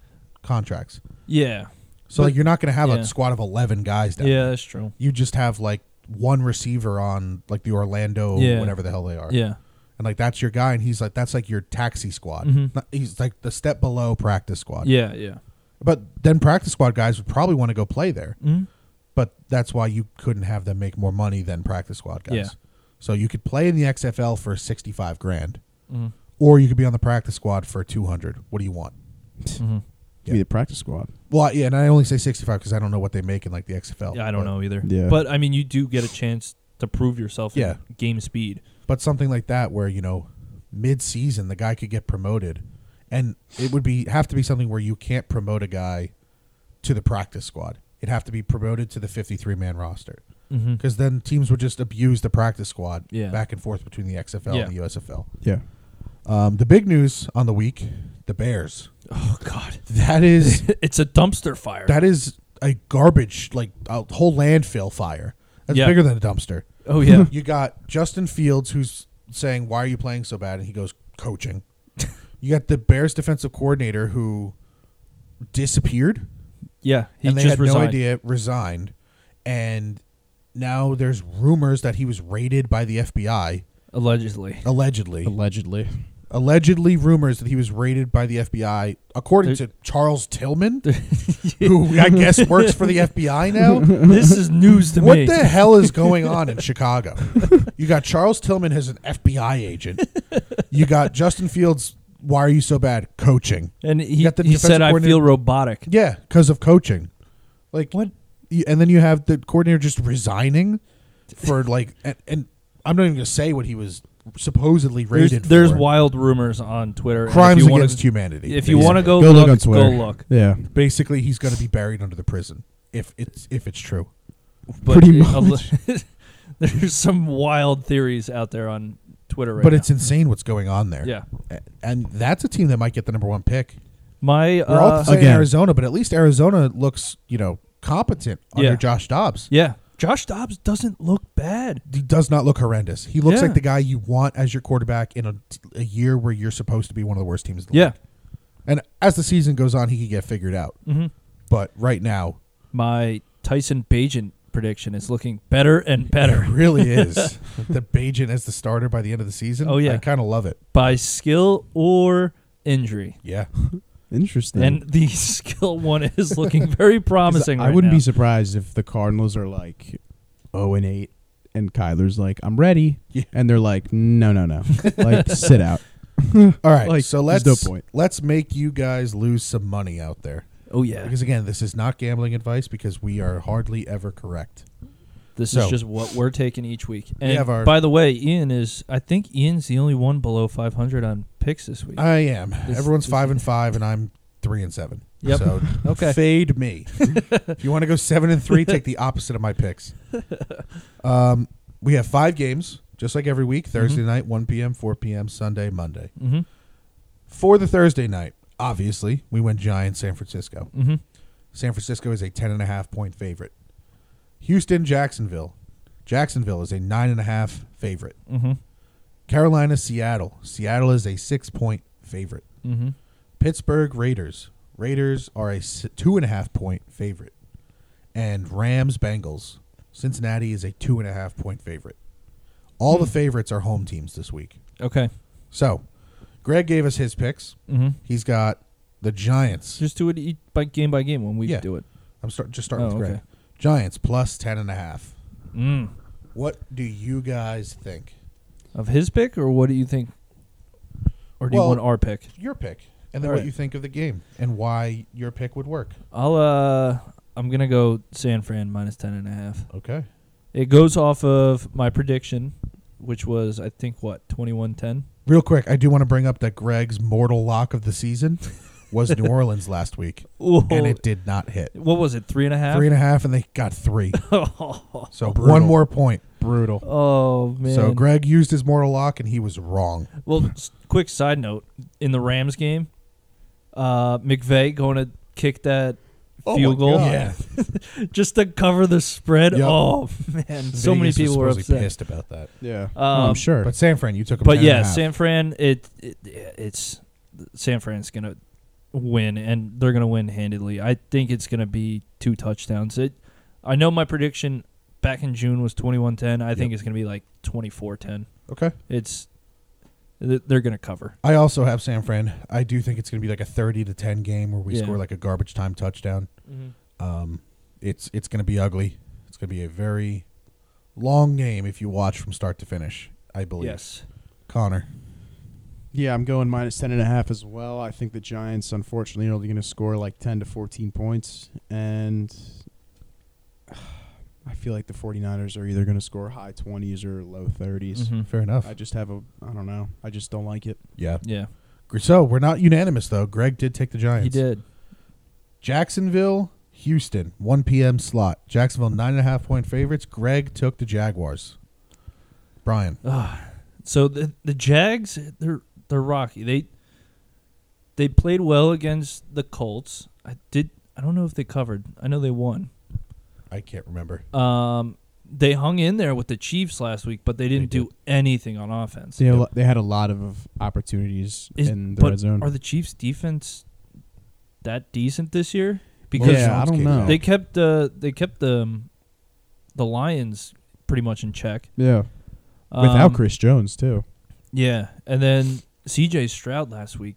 contracts. yeah, So But- like you're not going to have yeah. a squad of eleven guys down. yeah, that's true. You just have like one receiver on like the Orlando, Yeah. whatever the hell they are. Yeah, And like that's your guy, and he's like that's like your taxi squad. Mhm. Not- He's like the step below practice squad. yeah, yeah. But then practice squad guys would probably want to go play there. Mm-hmm. But that's why you couldn't have them make more money than practice squad guys. Yeah. So you could play in the XFL for sixty five grand, Mhm. or you could be on the practice squad for two hundred. What do you want? Mhm. Be the practice squad. Well, I- yeah, and I only say sixty-five because I don't know what they make in like the XFL. Yeah, I don't Oh, but, know either. Yeah. But I mean, you do get a chance to prove yourself. Yeah. in game speed. But something like that, where you know, mid-season the guy could get promoted, and it would be have to be something where you can't promote a guy to the practice squad. It'd have to be promoted to the fifty-three man roster Mm-hmm. because then teams would just abuse the practice squad Yeah. back and forth between the XFL and the USFL. Yeah. Um, the big news on the week: the Bears. Oh God, That is it's a dumpster fire. that is a garbage like a whole landfill fire. That's Yeah. bigger than a dumpster. oh yeah, You got Justin Fields who's saying, "Why are you playing so bad?" and he goes, "Coaching." you got the Bears defensive coordinator who disappeared yeah. He and they just had resigned. no idea, resigned, and now there's rumors that he was raided by the FBI, Allegedly. allegedly. Allegedly. Allegedly rumors that he was raided by the FBI, according There- to Charles Tillman, who I guess works for the FBI now. this is news to what me. the hell is going on in Chicago? You got Charles Tillman as an FBI agent. You got Justin Fields. Why are you so bad? Coaching. And he, got the he defensive said, "I coordinator- feel robotic." Yeah, because of coaching. Like What? y- And then you have the coordinator just resigning for like, and, and I'm not even gonna say what he was supposedly There's, rated. there's for. wild rumors on Twitter. and crimes if you against wanna, humanity. If you want to basically. go, Go look, look on Twitter. go look. Yeah. basically he's gonna be buried under the prison if it's if it's true. But Pretty it- there's some wild theories out there on Twitter right but now. it's insane what's going on there. yeah. A- and that's a team that might get the number one pick. My We're all uh, saying Again. Arizona, but at least Arizona looks, you know, competent under Yeah. Josh Dobbs. yeah, Josh Dobbs doesn't look bad. He does not look horrendous. He looks Yeah. like the guy you want as your quarterback in a, a year where you're supposed to be one of the worst teams. In the Yeah. league. and as the season goes on, he could get figured out. Mm-hmm. But right now, My Tyson Bajent prediction is looking better and better. it really is the Bajan as the starter by the end of the season. Oh, yeah. I kind of love it. by skill or injury. Yeah, Interesting. And the skill one is looking very 'Cause promising. I right wouldn't now. be surprised if the Cardinals are like 0 and 8 and Kyler's like, I'm ready. Yeah. And they're like, no, no, no. like, sit out. All right, Like, so there's let's no point. let's make you guys lose some money out there Oh yeah, because again, this is not gambling advice because we are hardly ever correct. this so- is just what we're taking each week. And have our- by the way, Ian is. I think Ian's the only one below 500 on picks this week. I am. This- Everyone's this- five and five, and I'm three and seven. Yep. So Okay. fade me. if you want to go seven and three, take the opposite of my picks. Um, we have five games, just like every week: Thursday night, one p.m., four p.m., Sunday, Monday. mm-hmm. For the Thursday night, obviously, we went Giants, San Francisco. Mm-hmm. San Francisco is a ten and a half point favorite. Houston, Jacksonville. Jacksonville is a nine and a half favorite. Mm-hmm. Carolina, Seattle. Seattle is a six point favorite. Mm-hmm. Pittsburgh Raiders. Raiders are a s- two and a half point favorite. And Rams Bengals. Cincinnati is a two and a half point favorite. All Hmm. the favorites are home teams this week. Okay. So, Greg gave us his picks. Mm-hmm. He's got the Giants. Just do it each by game by game when we Yeah. do it. I'm start just starting Oh, with Greg. okay. Giants plus ten and a half. Mm. What do you guys think? Of his pick, or what do you think? Or do Well- you want our pick? Your pick, and then All what right. you think of the game, and why your pick would work. I'll. uh I'm gonna go San Fran minus ten and a half. Okay. It goes off of my prediction, which was I think what twenty one ten. Real quick, I do want to bring up that Greg's mortal lock of the season was New Orleans last week, and it did not hit. What was it? Three and a half. Three and a half, and they got three. oh, So Brutal. one more point. Brutal. Oh, man. So Greg used his mortal lock, and he was wrong. Well, s- quick side note in the Rams game, uh, McVay going to kick that Oh, field goal Oh God. Yeah. just to cover the spread. Yep. Oh man, so many Vegas was people were supposedly upset. pissed Oh, about that. Yeah. Um, I'm sure. But San Fran, you took. Them But 10 and a yeah, half. San Fran. It, it it's San Fran's gonna win, and they're gonna win handedly. I think it's gonna be two touchdowns. It. I know my prediction back in June was 21-10. I think Yep. it's gonna be like 24-10. Okay. It's th- they're gonna cover. I also have San Fran. I do think it's going to be like a thirty to ten game where we Yeah. score like a garbage time touchdown. Um, it's it's going to be ugly. It's going to be a very long game if you watch from start to finish. I believe. Yes. Connor. Yeah, I'm going minus 10.5 as well. I think the Giants, unfortunately, are only going to score like 10 to 14 points. And I feel like the 49ers are either going to score high 20s or low 30s. Mhm. Fair enough. I just have a, I don't know. I just don't like it. Yeah. Yeah, So we're not unanimous though. Greg did take the Giants. he did. Jacksonville, Houston, one p.m. slot. Jacksonville nine and a half point favorites. Greg took the Jaguars. Brian. So the the Jags, they're they're rocky. They they played well against the Colts. I did. I don't know if they covered. I know they won. I can't remember. Um, they hung in there with the Chiefs last week, but they didn't They do did. anything on offense. They, had a lo- they had a lot of opportunities Is- in the but red zone. Are the Chiefs' defense that decent this year? Because Because yeah, I Jones don't came know. out. they kept the they kept the um, the Lions pretty much in check yeah. Without Um, Chris Jones, too. Yeah, and then C.J. Stroud last week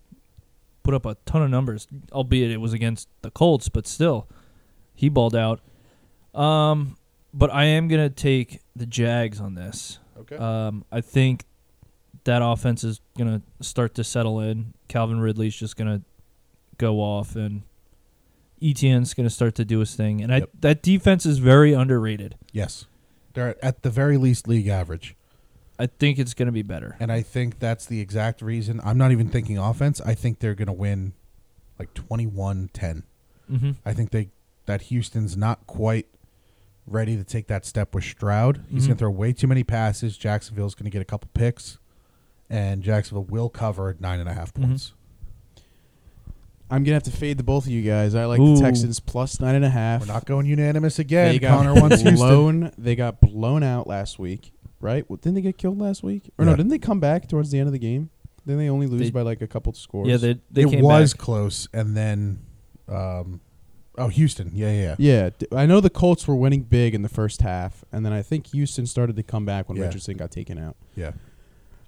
put up a ton of numbers, albeit it was against the Colts, but still, he balled out. Um, but I am gonna take the Jags on this. Okay. Um, I think that offense is gonna start to settle in. Calvin Ridley's just gonna go off, and ETN's gonna start to do his thing. And I Yep. that defense is very underrated. yes. They're at the very least league average. I think it's gonna be better. And I think that's the exact reason. I'm not even thinking offense. I think they're going to win like 21 10. Mm-hmm. I think they that Houston's not quite ready to take that step with Stroud. He's Mhm. going to throw way too many passes. Jacksonville's going to get a couple picks. and Jacksonville will cover nine and a half Mhm. points. I'm gonna have to fade the both of you guys. I like Ooh. the Texans plus nine and a half. We're not going unanimous they again. got Connor wants Houston. blown. They got blown out last week, right? Well, didn't they get killed last week? Or no? Yeah. Didn't they come back towards the end of the game? Then they only lose They- by like a couple scores. Yeah, they they it came was back. close, and then, um, oh, Houston. Yeah, yeah, yeah. Yeah, d- I know the Colts were winning big in the first half, and then I think Houston started to come back when Yeah. Richardson got taken out. yeah.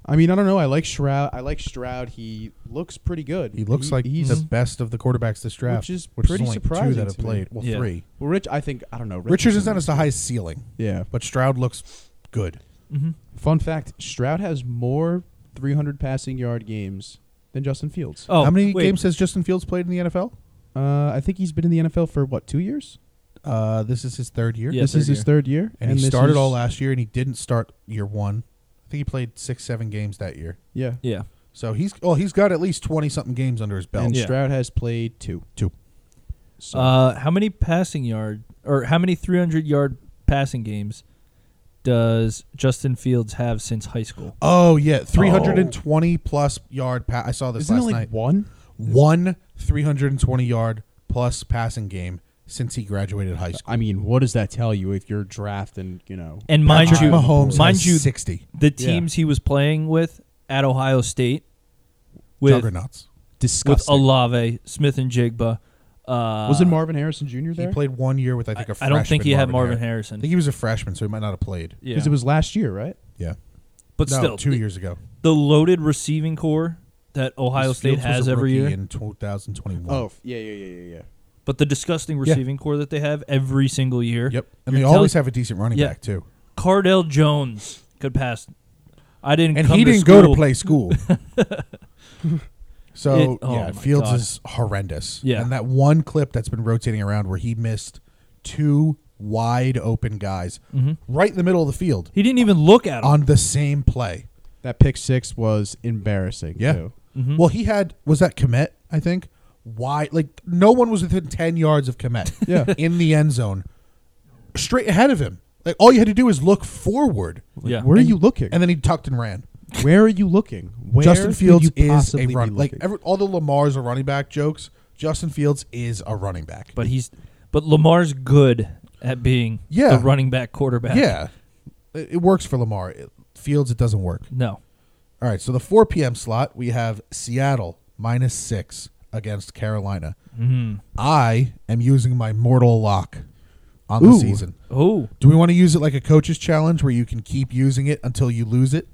I mean, I don't know. I like Stroud. I like Stroud. He looks pretty good. He looks like he's he's the best of the quarterbacks this draft, Which is pretty only two surprising that have to me. played. Well, Yeah. three. well, Rich. I think I don't know. Richardson's not as the highest ceiling, Yeah. but Stroud looks good. hmm Fun fact: Stroud has more 300 passing yard games than Justin Fields. Oh, How many wait. games has Justin Fields played in the NFL? Uh, I think he's been in the NFL for what two years? Uh, this is his third year. Yeah, this is third his year. third year, and, he started all that. last year, and he didn't start year one. I think he played six, seven games that year. Yeah. Yeah. So he's oh he's got at least twenty something games under his belt. And Yeah. Stroud has played two. Two. So Uh, how many passing yard or how many 300 yard passing games does Justin Fields have since high school? Oh yeah, three hundred and twenty plus yard. Pa- I saw this isn't it last like night. one? One three hundred and twenty yard plus passing game since he graduated high school. I mean, what does that tell you if you're drafting? You know, And mind Patrick you, Mahomes mind has you, sixty the teams he was playing with at Ohio State with juggernauts. with disgusting. Olave, Smith and Jigba. Uh, Wasn't Marvin Harrison Jr. He there? played one year with I think a I freshman. don't think he had Harris. Marvin I Harrison. think he was a freshman, so he might not have played. yeah. because it was last year, right? Yeah, but no, still, two the, years ago. the loaded receiving core that Ohio Fields State was has a every rookie year. in two thousand twenty one. Oh, f- yeah, yeah, yeah, yeah, yeah. But the disgusting receiving core that they have every single year. Yep, and You're they telling- always have a decent running Yeah. back too. Cardell Jones could pass. I didn't. And come he to didn't go to school- play school. so It- oh yeah, my Fields God. is horrendous. Yeah. and that one clip that's been rotating around where he missed two wide open guys Mm-hmm. right in the middle of the field He didn't even look at him. on the same play. That pick six was embarrassing. Yeah. too. Well, he had was that Komet, I think. Why? Like no one was within ten yards of Komet. Yeah. in the end zone, straight ahead of him. Like all you had to do is look forward, yeah. Where are you looking? and then he tucked and ran. Where are you looking? Where Justin could Fields you is possibly a be run like looking? every, all the Lamar's a running back jokes. Justin Fields is a running back. But he's. But Lamar's good at being Yeah. the running back quarterback. yeah, it, it works for Lamar. It- Fields it doesn't work. No. All right, so the 4 p.m. slot we have Seattle minus six against Carolina. Mm-hmm. I am using my mortal lock on the Ooh. season. Oh. Do we want to use it like a coach's challenge where you can keep using it until you lose it?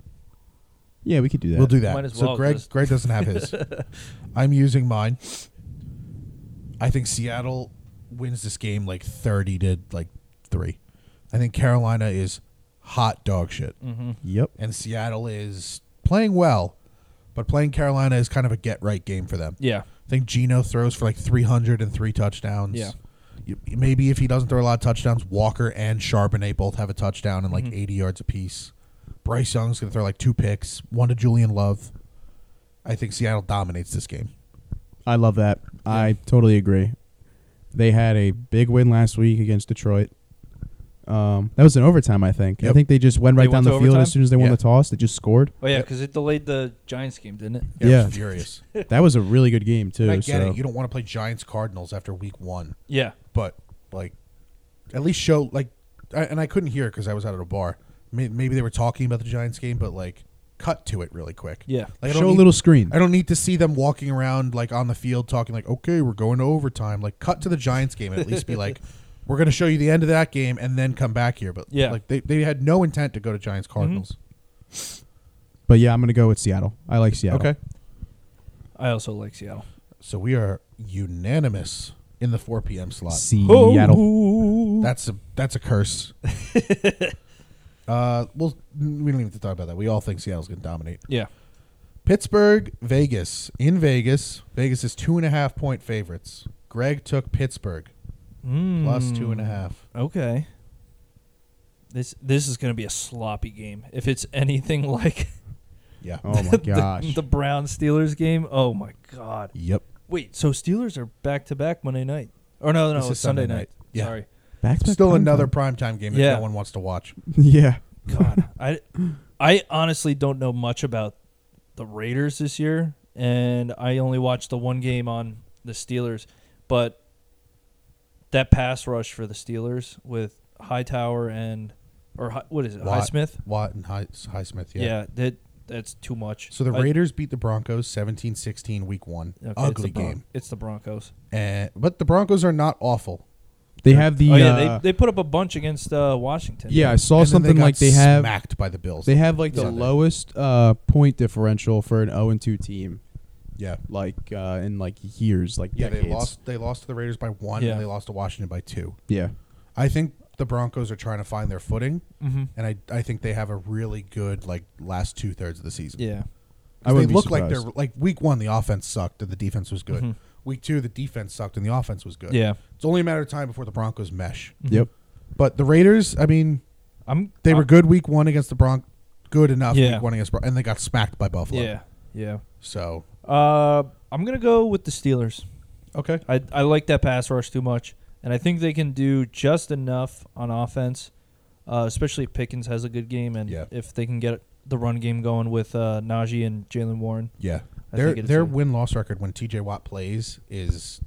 yeah, we could do that. We'll do that. Might as so well, Greg, 'cause- Greg doesn't have his. I'm using mine. I think Seattle wins this game like 30 to like three. I think Carolina is hot dog shit, Mm-hmm. Yep. and Seattle is playing well, but playing Carolina is kind of a get right game for them. Yeah. I think Gino throws for like 300 and three touchdowns. Yeah. Y- Maybe if he doesn't throw a lot of touchdowns, Walker and Charbonnet both have a touchdown and like Mm-hmm. 80 yards apiece. Bryce Young's going to throw like two picks, one to Julian Love. I think Seattle dominates this game. I love that. I totally agree. They had a big win last week against Detroit. Um, that was an overtime, I think. I Yep. think they just went right They down went the to field and as overtime? soon as they won Yeah. the toss. They just scored. Oh yeah, because it delayed the Giants game, didn't it? I'm Yeah. furious. that was a really good game too. And I get so it. You don't want to play Giants Cardinals after week one, Yeah. but like at least show like, I, and I couldn't hear it because I was out at a bar. May- Maybe they were talking about the Giants game, but like cut to it really quick. Yeah. Like, I don't show a need- little screen. I don't need to see them walking around like on the field talking like, okay, we're going to overtime. Like, cut to the Giants game and at least be like, we're going to show you the end of that game and then come back here. But Yeah. like they, they had no intent to go to Giants Mm-hmm. Cardinals. But yeah, I'm gonna go with Seattle. I like Seattle. I also like Seattle. so we are unanimous in the 4 p.m. slot. Oh. Seattle. That's a that's a curse. uh, well, we don't even have to talk about that. We all think Seattle's going to dominate. Yeah. Pittsburgh, Vegas in Vegas. Vegas is two and a half point favorites. Greg took Pittsburgh plus two Hmm. and a half. Mm. Okay. This this is going to be a sloppy game. If it's anything like Yeah. Oh my the, gosh. the Brown Steelers game, oh my god. Yep. Wait, so Steelers are back to back Monday night? Or no, no, This it's, is Sunday, Sunday night. night. Yeah. Sorry. Back to Still back another time. primetime game that Yeah. no one wants to watch. yeah. God, I I honestly don't know much about the Raiders this year, and I only watched the one game on the Steelers, but that pass rush for the Steelers with Hightower and or Hi- what is it Watt. Highsmith? Watt and High, Highsmith. Yeah. Yeah. that that's too much. So the I- Raiders beat the Broncos 17-16 week one. okay, it's Ugly the Bron- game. It's the Broncos. And, but the Broncos are not awful. They have the oh yeah, uh, they, they put up a bunch against uh, Washington. yeah. I saw And then something got like they have smacked by the Bills. they have like the Sunday. lowest uh, point differential for an zero and two team yeah. like uh, in like years, like Yeah, decades. they lost they lost to the Raiders by 1 Yeah. and they lost to Washington by 2. Yeah, I think the Broncos are trying to find their footing Mm-hmm. and I I think they have a really good like last two thirds of the season. Yeah. I they wouldn't be look like they're surprised. like week one the offense sucked and the defense was good. Mhm. Week two the defense sucked and the offense was good. Yeah. It's only a matter of time before the Broncos mesh. Mm-hmm. Yep. But the Raiders, I mean, I'm they I'm- were good week one against the Bronc, good enough Uh, Yeah. week one against Bron- and they got smacked by Buffalo. Yeah. Yeah. So Uh, I'm gonna go with the Steelers. okay, I I like that pass rush too much, and I think they can do just enough on offense, uh, especially if Pickens has a good game, and Yeah. if they can get the run game going with uh, Najee and Jalen Warren. yeah, I their think it's their a- win loss record when T.J. Watt plays is,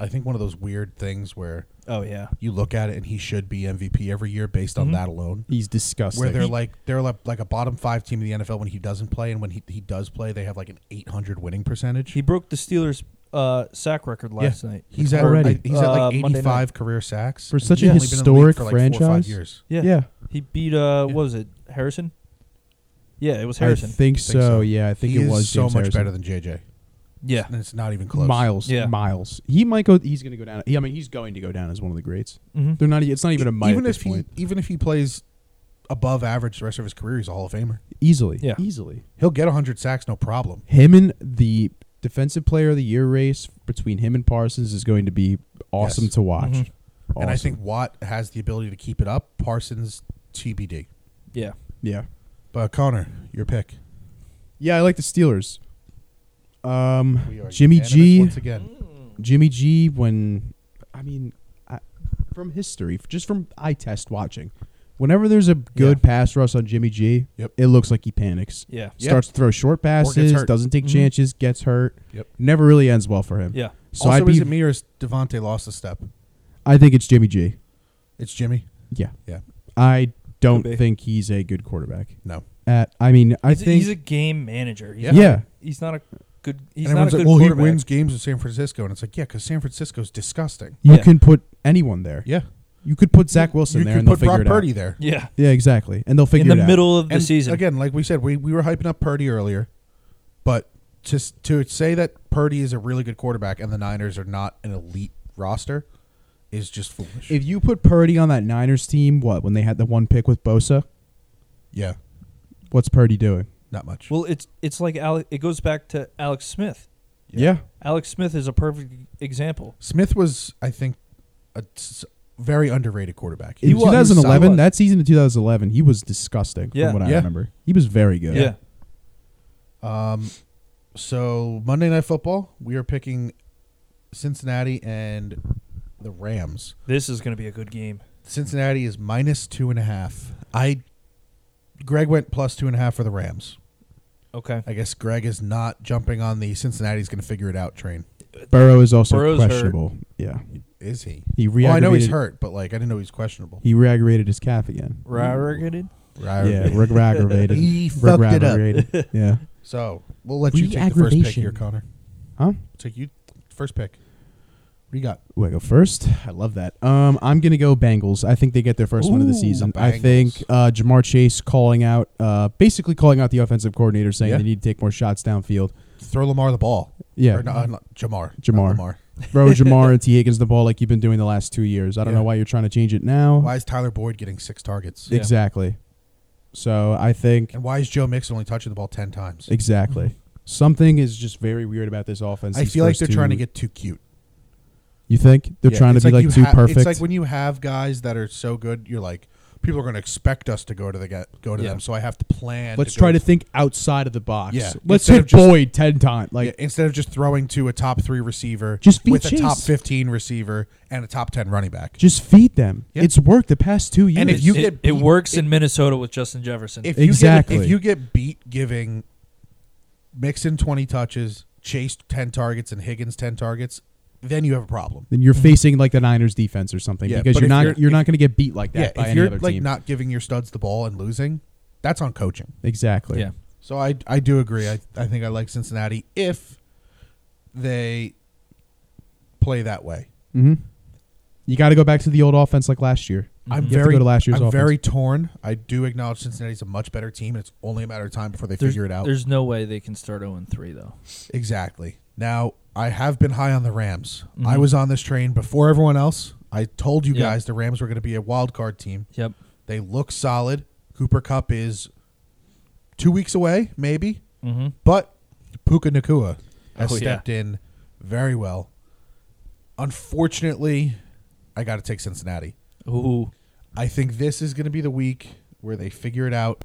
I think one of those weird things where Oh yeah, you look at it and he should be MVP every year based on Mm-hmm. Mhm. that alone. he's disgusting. Where they're like they're like, like a bottom five team in the NFL when he doesn't play, and when he, he does play, they have like an eight hundred winning percentage. he broke the Steelers uh, sack record last night. He's at Already. I- he's at Uh, like Monday night. eighty five career sacks For and such he's a only been in the league historic for, like, four or five franchise? years. Yeah, yeah, he beat uh, Yeah. what was it Harrison? Yeah, it was I Harrison. think, so. Think so. Yeah, I think he it is was so James much Harrison. better than JJ. yeah, and it's not even close. Miles, Yeah. miles. He might go. He's going to go down. He, I mean, he's going to go down as one of the greats. hmm They're not. e, It's not even a might even at this if he point. even if he plays above average the rest of his career, he's a Hall of Famer. Easily, Yeah. easily. He'll get hundred sacks, no problem. Him and the defensive player of the year race between him and Parsons is going to be awesome Yes. to watch. Mhm. And I Awesome. think Watt has the ability to keep it up. Parsons TBD. yeah. yeah, But Connor, your pick. yeah. I like the Steelers. We Um, are Jimmy unanimous G. once again. Jimmy G. When I mean, I, from history, just from eye test watching, whenever there's a good pass rush on Jimmy G, Yep. it looks like he panics. Yeah. Yeah. starts to throw short passes, hurt. Mm-hmm. doesn't take Mhm. chances, gets hurt. Yep. Never really ends well for him. Yeah. So also, I'd be, is it me or is Devontae lost a step? I think it's Jimmy G. It's Jimmy. Yeah. Yeah. I don't Could be. think he's a good quarterback. No. At I mean, I He's, a, think he's a game manager. He's Yeah. not- yeah. he's not a good. He's And not a everyone's good like, well, he quarterback. wins games in San Francisco, and it's like, yeah, because San Francisco's disgusting. You Yeah. can put anyone there. Yeah, You could put Zach Wilson you there could and they'll put figure Brock it out. Purdy there. Yeah, Yeah, exactly. And they'll figure in the it out. middle of the And season. Again, like we said, we, we were hyping up Purdy earlier, but just to say that Purdy is a really good quarterback and the Niners are not an elite roster is just foolish. If you put Purdy on that Niners team, what when they had the one pick with Bosa, yeah, what's Purdy doing? not much. Well, it's it's like Ale- it goes back to Alex Smith. Yeah. Alex Smith is a perfect example. Smith was, I think, a s- very underrated quarterback. In He was. 2011, He was. that season in 2011, he was disgusting Yeah. from what I Yeah. remember. He was very good. Yeah. Um, so Monday Night Football, we are picking Cincinnati and the Rams. This is going to be a good game. Cincinnati is minus two and a half. I, Greg went plus two and a half for the Rams. Okay. I guess Greg is not jumping on the Cincinnati's going to figure it out train. Burrow is also Burrow's hurt. questionable. Yeah. Is he? He Well, Oh, I know he's reaggravated- hurt, but like I didn't know he's questionable. He re-aggravated his calf again. Raggeted? Right. Yeah, re-aggravated. He fucked it up. Re-aggravated. Yeah. So we'll let you take the first pick here, Re-aggravation. Connor. Huh? Take you first pick. What do you got? Ooh, I go first. I love that. Um, I'm gonna go Bengals. I think they get their first one of the Ooh, season. the I think Bengals. uh, Jamar Chase calling out, uh, basically calling out the offensive coordinator, saying Yeah. they need to take more shots downfield. Throw Lamar the ball. Yeah, Or not, not- Jamar. not Jamar. Lamar. throw Jamar and T Higgins the ball like you've been doing the last two years. I don't Yeah. know why you're trying to change it now. Why is Tyler Boyd getting six targets? Yeah. Exactly. So I think And why is Joe Mixon only touching the ball ten times? exactly something is just very weird about this offense. I these feel like first they're two- trying to get too cute. You think they're Yeah, trying to it's be like, you too ha- perfect? It's like when you have guys that are so good, you're like, people are going to expect us to go to the get, go to Yeah. them, so I have to plan. Let's go try to think outside of the box. Yeah. Let's Instead of hit just- Boyd ten times. Like Yeah, instead of just throwing to a top three receiver, Just beat with a top Chase. fifteen receiver and a top ten running back. just feed them. Yeah. It's worked the past two years. And if you it, get it beat- works it- in Minnesota with Justin Jefferson. if Exactly. You get, if you get beat giving Mixon twenty touches, Chase ten targets, and Higgins ten targets, then you have a problem. Then you're facing like the Niners defense or something Yeah, because but you're if not you're- you're, not going to get beat like that yeah, by if any you're other like team. not giving your studs the ball and losing, that's on coaching. exactly. Yeah. So I I do agree. I I think I like Cincinnati if they play that way. hmm You got to go back to the old offense like last year. I'm Mm-hmm. You have very to go to last year's I'm offense. very torn. I do acknowledge Cincinnati's a much better team. It's only a matter of time before they There's, figure it out. There's no way they can start 0 3 though. Exactly. Now, I have been high on the Rams. Mm-hmm. Mhm. I was on this train before everyone else. I told you Yeah. guys the Rams were going to be a wild card team. Yep. They look solid. Cooper Cup is two weeks away, maybe, Mm-hmm. but Puka Nakua has Oh, yeah. stepped in very well. Unfortunately, I got to take Cincinnati. Ooh. I think this is going to be the week where they figure it out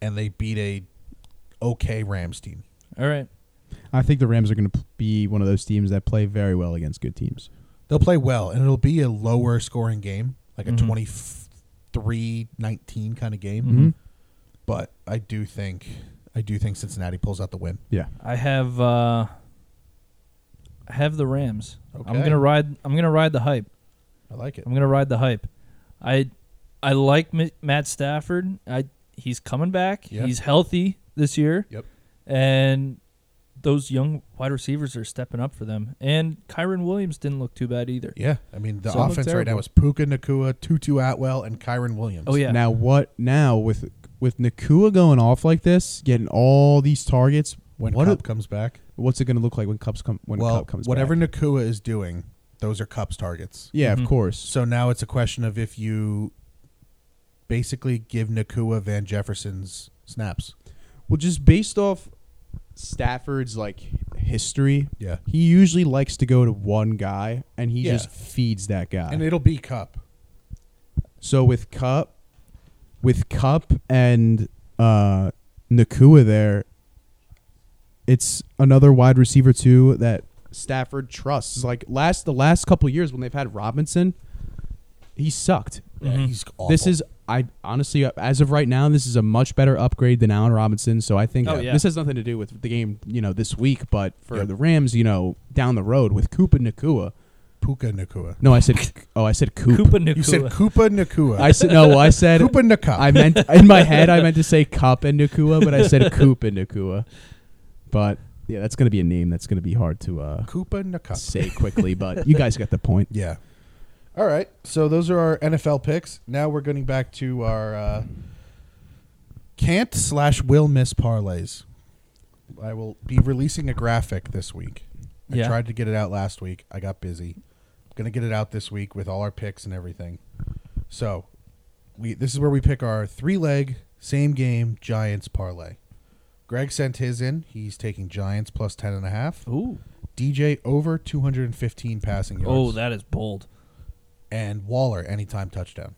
and they beat a okay Rams team. All right. I think the Rams are going to be one of those teams that play very well against good teams. They'll play well, and it'll be a lower scoring game, like a Mhm. twenty three nineteen 23 19 kind of Mm-hmm. game. Mhm. But I do think I do think Cincinnati pulls out the win. Yeah. I have uh I have the Rams. I'm Okay. going to ride I'm going to ride the hype. I like it. I'm going to ride the hype. I I like M- Matt Stafford. I he's coming back. Yeah. He's healthy this year. Yep. And those young wide receivers are stepping up for them. And Kyron Williams didn't look too bad either. Yeah. I mean, the So it looks offense right now terrible. is Puka Nakua, Tutu Atwell, and Kyron Williams. Oh yeah. Now what? Now with with Nakua going off like this, getting all these targets, When what Cup it- comes back, what's it going to look like when Cubs come when well, Cup comes whatever Mm-hmm. back? Nakua is doing, those are Cup's targets. Yeah, Mhm. of course. So now it's a question of if you basically give Nakua Van Jefferson's snaps. Well, just based off Stafford's like history, Yeah. he usually likes to go to one guy and he Yeah. just feeds that guy. And it'll be Cup. so with Cup, with Cup and uh, Nakua there, it's another wide receiver too that Stafford trusts. Like last the last couple years when they've had Robinson, he sucked. Mhm. He's awful. Mm-hmm. This is I honestly uh, as of right now this is a much better upgrade than Allen Robinson. So I think Oh, yeah. this has nothing to do with the game you know this week, but for Yep. the Rams you know down the road with Koopa Nakua. Puka Nakua. No, I said oh I said Koop. Koopa Nakua. You said Koopa Nakua. I said no. I said Koopa Nakua. I meant in my head I meant to say Cup and Nakua, but I said Koop and Nakua. But yeah, that's gonna be a name that's gonna be hard to uh, Koopa Nakua. say quickly. But you guys got the point. Yeah. All right. So those are our NFL picks. Now we're getting back to our uh, can't slash will miss parlays. I will be releasing a graphic this week. I Yeah. tried to get it out last week. I got busy. I'm gonna get it out this week with all our picks and everything. So we this is where we pick our three leg same game Giants parlay. Greg sent his in. He's taking Giants plus ten and a half. Ooh. DJ over two hundred and fifteen passing yards. Oh, that is bold. and Waller anytime touchdown.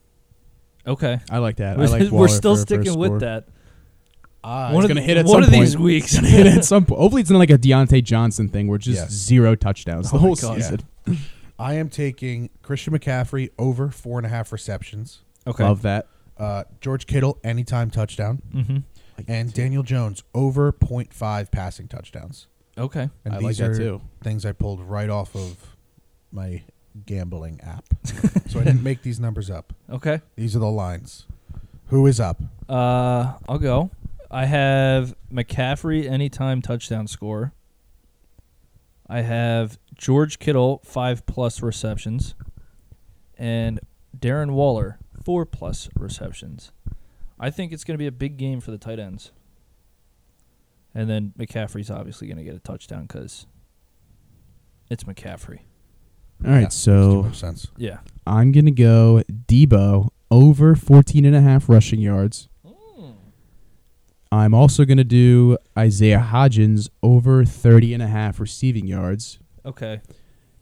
Okay. I like that. I We're, like we're Waller still for- for a sticking with score. that. I One it's of gonna the- hit at some one of these point. weeks. hit at some point. Hopefully, it's not like a Deontay Johnson thing where just Yeah. zero touchdowns the Oh my whole God. season. I am taking Christian McCaffrey over four and a half receptions. Okay. Love that. Uh, George Kittle anytime touchdown, Mm-hmm. and Daniel Jones over 0.5 passing touchdowns. Okay. And I like that too. things I pulled right off of my gambling app, so I didn't make these numbers up. Okay. These are the lines. Who is up? Uh, I'll go. I have McCaffrey anytime touchdown score. I have George Kittle five plus receptions, and Darren Waller four plus receptions. I think it's going to be a big game for the tight ends. And then McCaffrey's obviously going to get a touchdown because it's McCaffrey. All right, Yeah, Makes too so much sense. Yeah. I'm gonna go Debo over 14 and a half rushing yards. I'm also gonna do Isaiah Hodgins over 30 and a half receiving yards, Okay.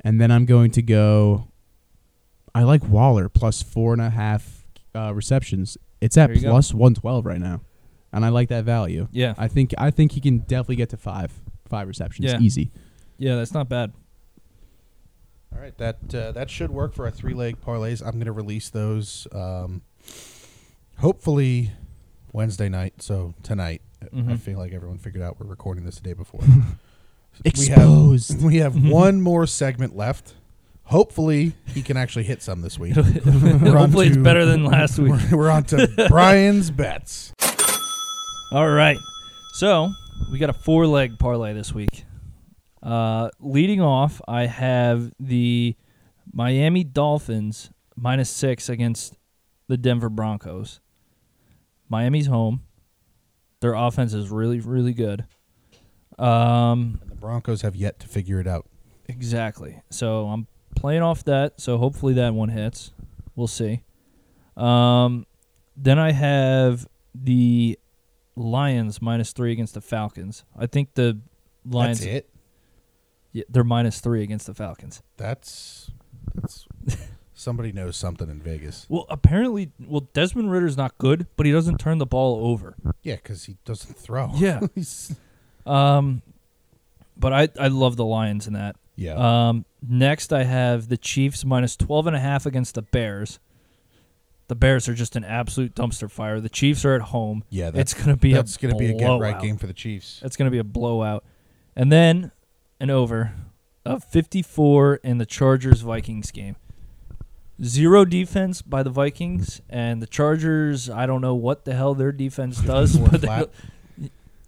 and then I'm going to go. I like Waller plus four and a half uh, receptions. It's at There you go. plus 112 right now, and I like that value. Yeah. I think I think he can definitely get to five five receptions Yeah. easy. Yeah. That's not bad. All right, that uh, that should work for our three leg parlays. I'm going to release those, um, hopefully, Wednesday night. So tonight, I Mhm. feel like everyone figured out we're recording this the day before. Exposed. We have, we have one more segment left. Hopefully, he can actually hit some this week. We're on Hopefully, it's to- better than last week. We're, we're on to Brian's bets. All right. So we got a four leg parlay this week. Uh, leading off, I have the Miami Dolphins minus six against the Denver Broncos. Miami's home. Their offense is really, really good. Um, The Broncos have yet to figure it out. Exactly. So I'm playing off that. So hopefully that one hits. We'll see. Um, then I have the Lions minus three against the Falcons. I think the Lions. That's it. Yeah, they're minus three against the Falcons. That's, that's somebody knows something in Vegas. Well, apparently, well Desmond Ritter's not good, but he doesn't turn the ball over. Yeah, because he doesn't throw. Yeah. He's- Um, but I I love the Lions in that. yeah. Um, next, I have the Chiefs minus 12 and a half against the Bears. The Bears are just an absolute dumpster fire. The Chiefs are at home. yeah. it's going to be that's a gonna be a get blowout. right game for the Chiefs. It's going to be a blowout. And then an over of 54 in the Chargers Vikings game. Zero defense by the Vikings and the Chargers. I don't know what the hell their defense does, but they, Flat.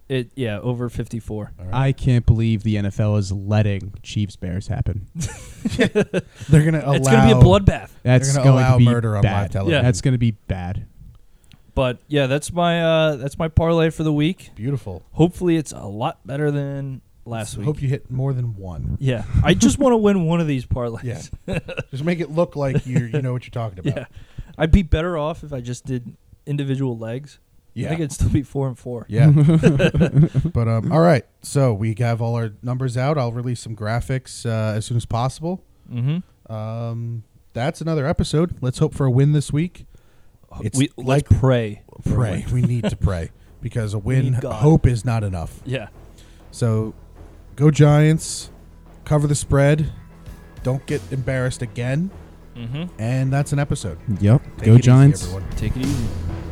it yeah over 54. All right. I can't believe the NFL is letting Chiefs Bears happen. They're gonna allow. it's going to be a bloodbath. That's They're gonna going allow to be murder on bad. live television. That's going to be bad. But yeah, that's my uh that's my parlay for the week. Beautiful. Hopefully, it's a lot better than last week. Hope you hit more than one. yeah, I just want to win one of these parlays. Yeah, Just make it look like you you know what you're talking about. yeah. I'd be better off if I just did individual legs. Yeah. I think it'd still be four and four. Yeah. but um, all right. So we have all our numbers out. I'll release some graphics uh, as soon as possible. Mm-hmm. Um, that's another episode. Let's hope for a win this week. It's Uh, we like- let's pray. for a Pray. win. we need to pray because a win need God. hope is not enough. Yeah. So go Giants. Cover the spread. Don't get embarrassed again. Mm-hmm. And that's an episode. Yep. Take Go it easy, Giants. everyone. Take it easy.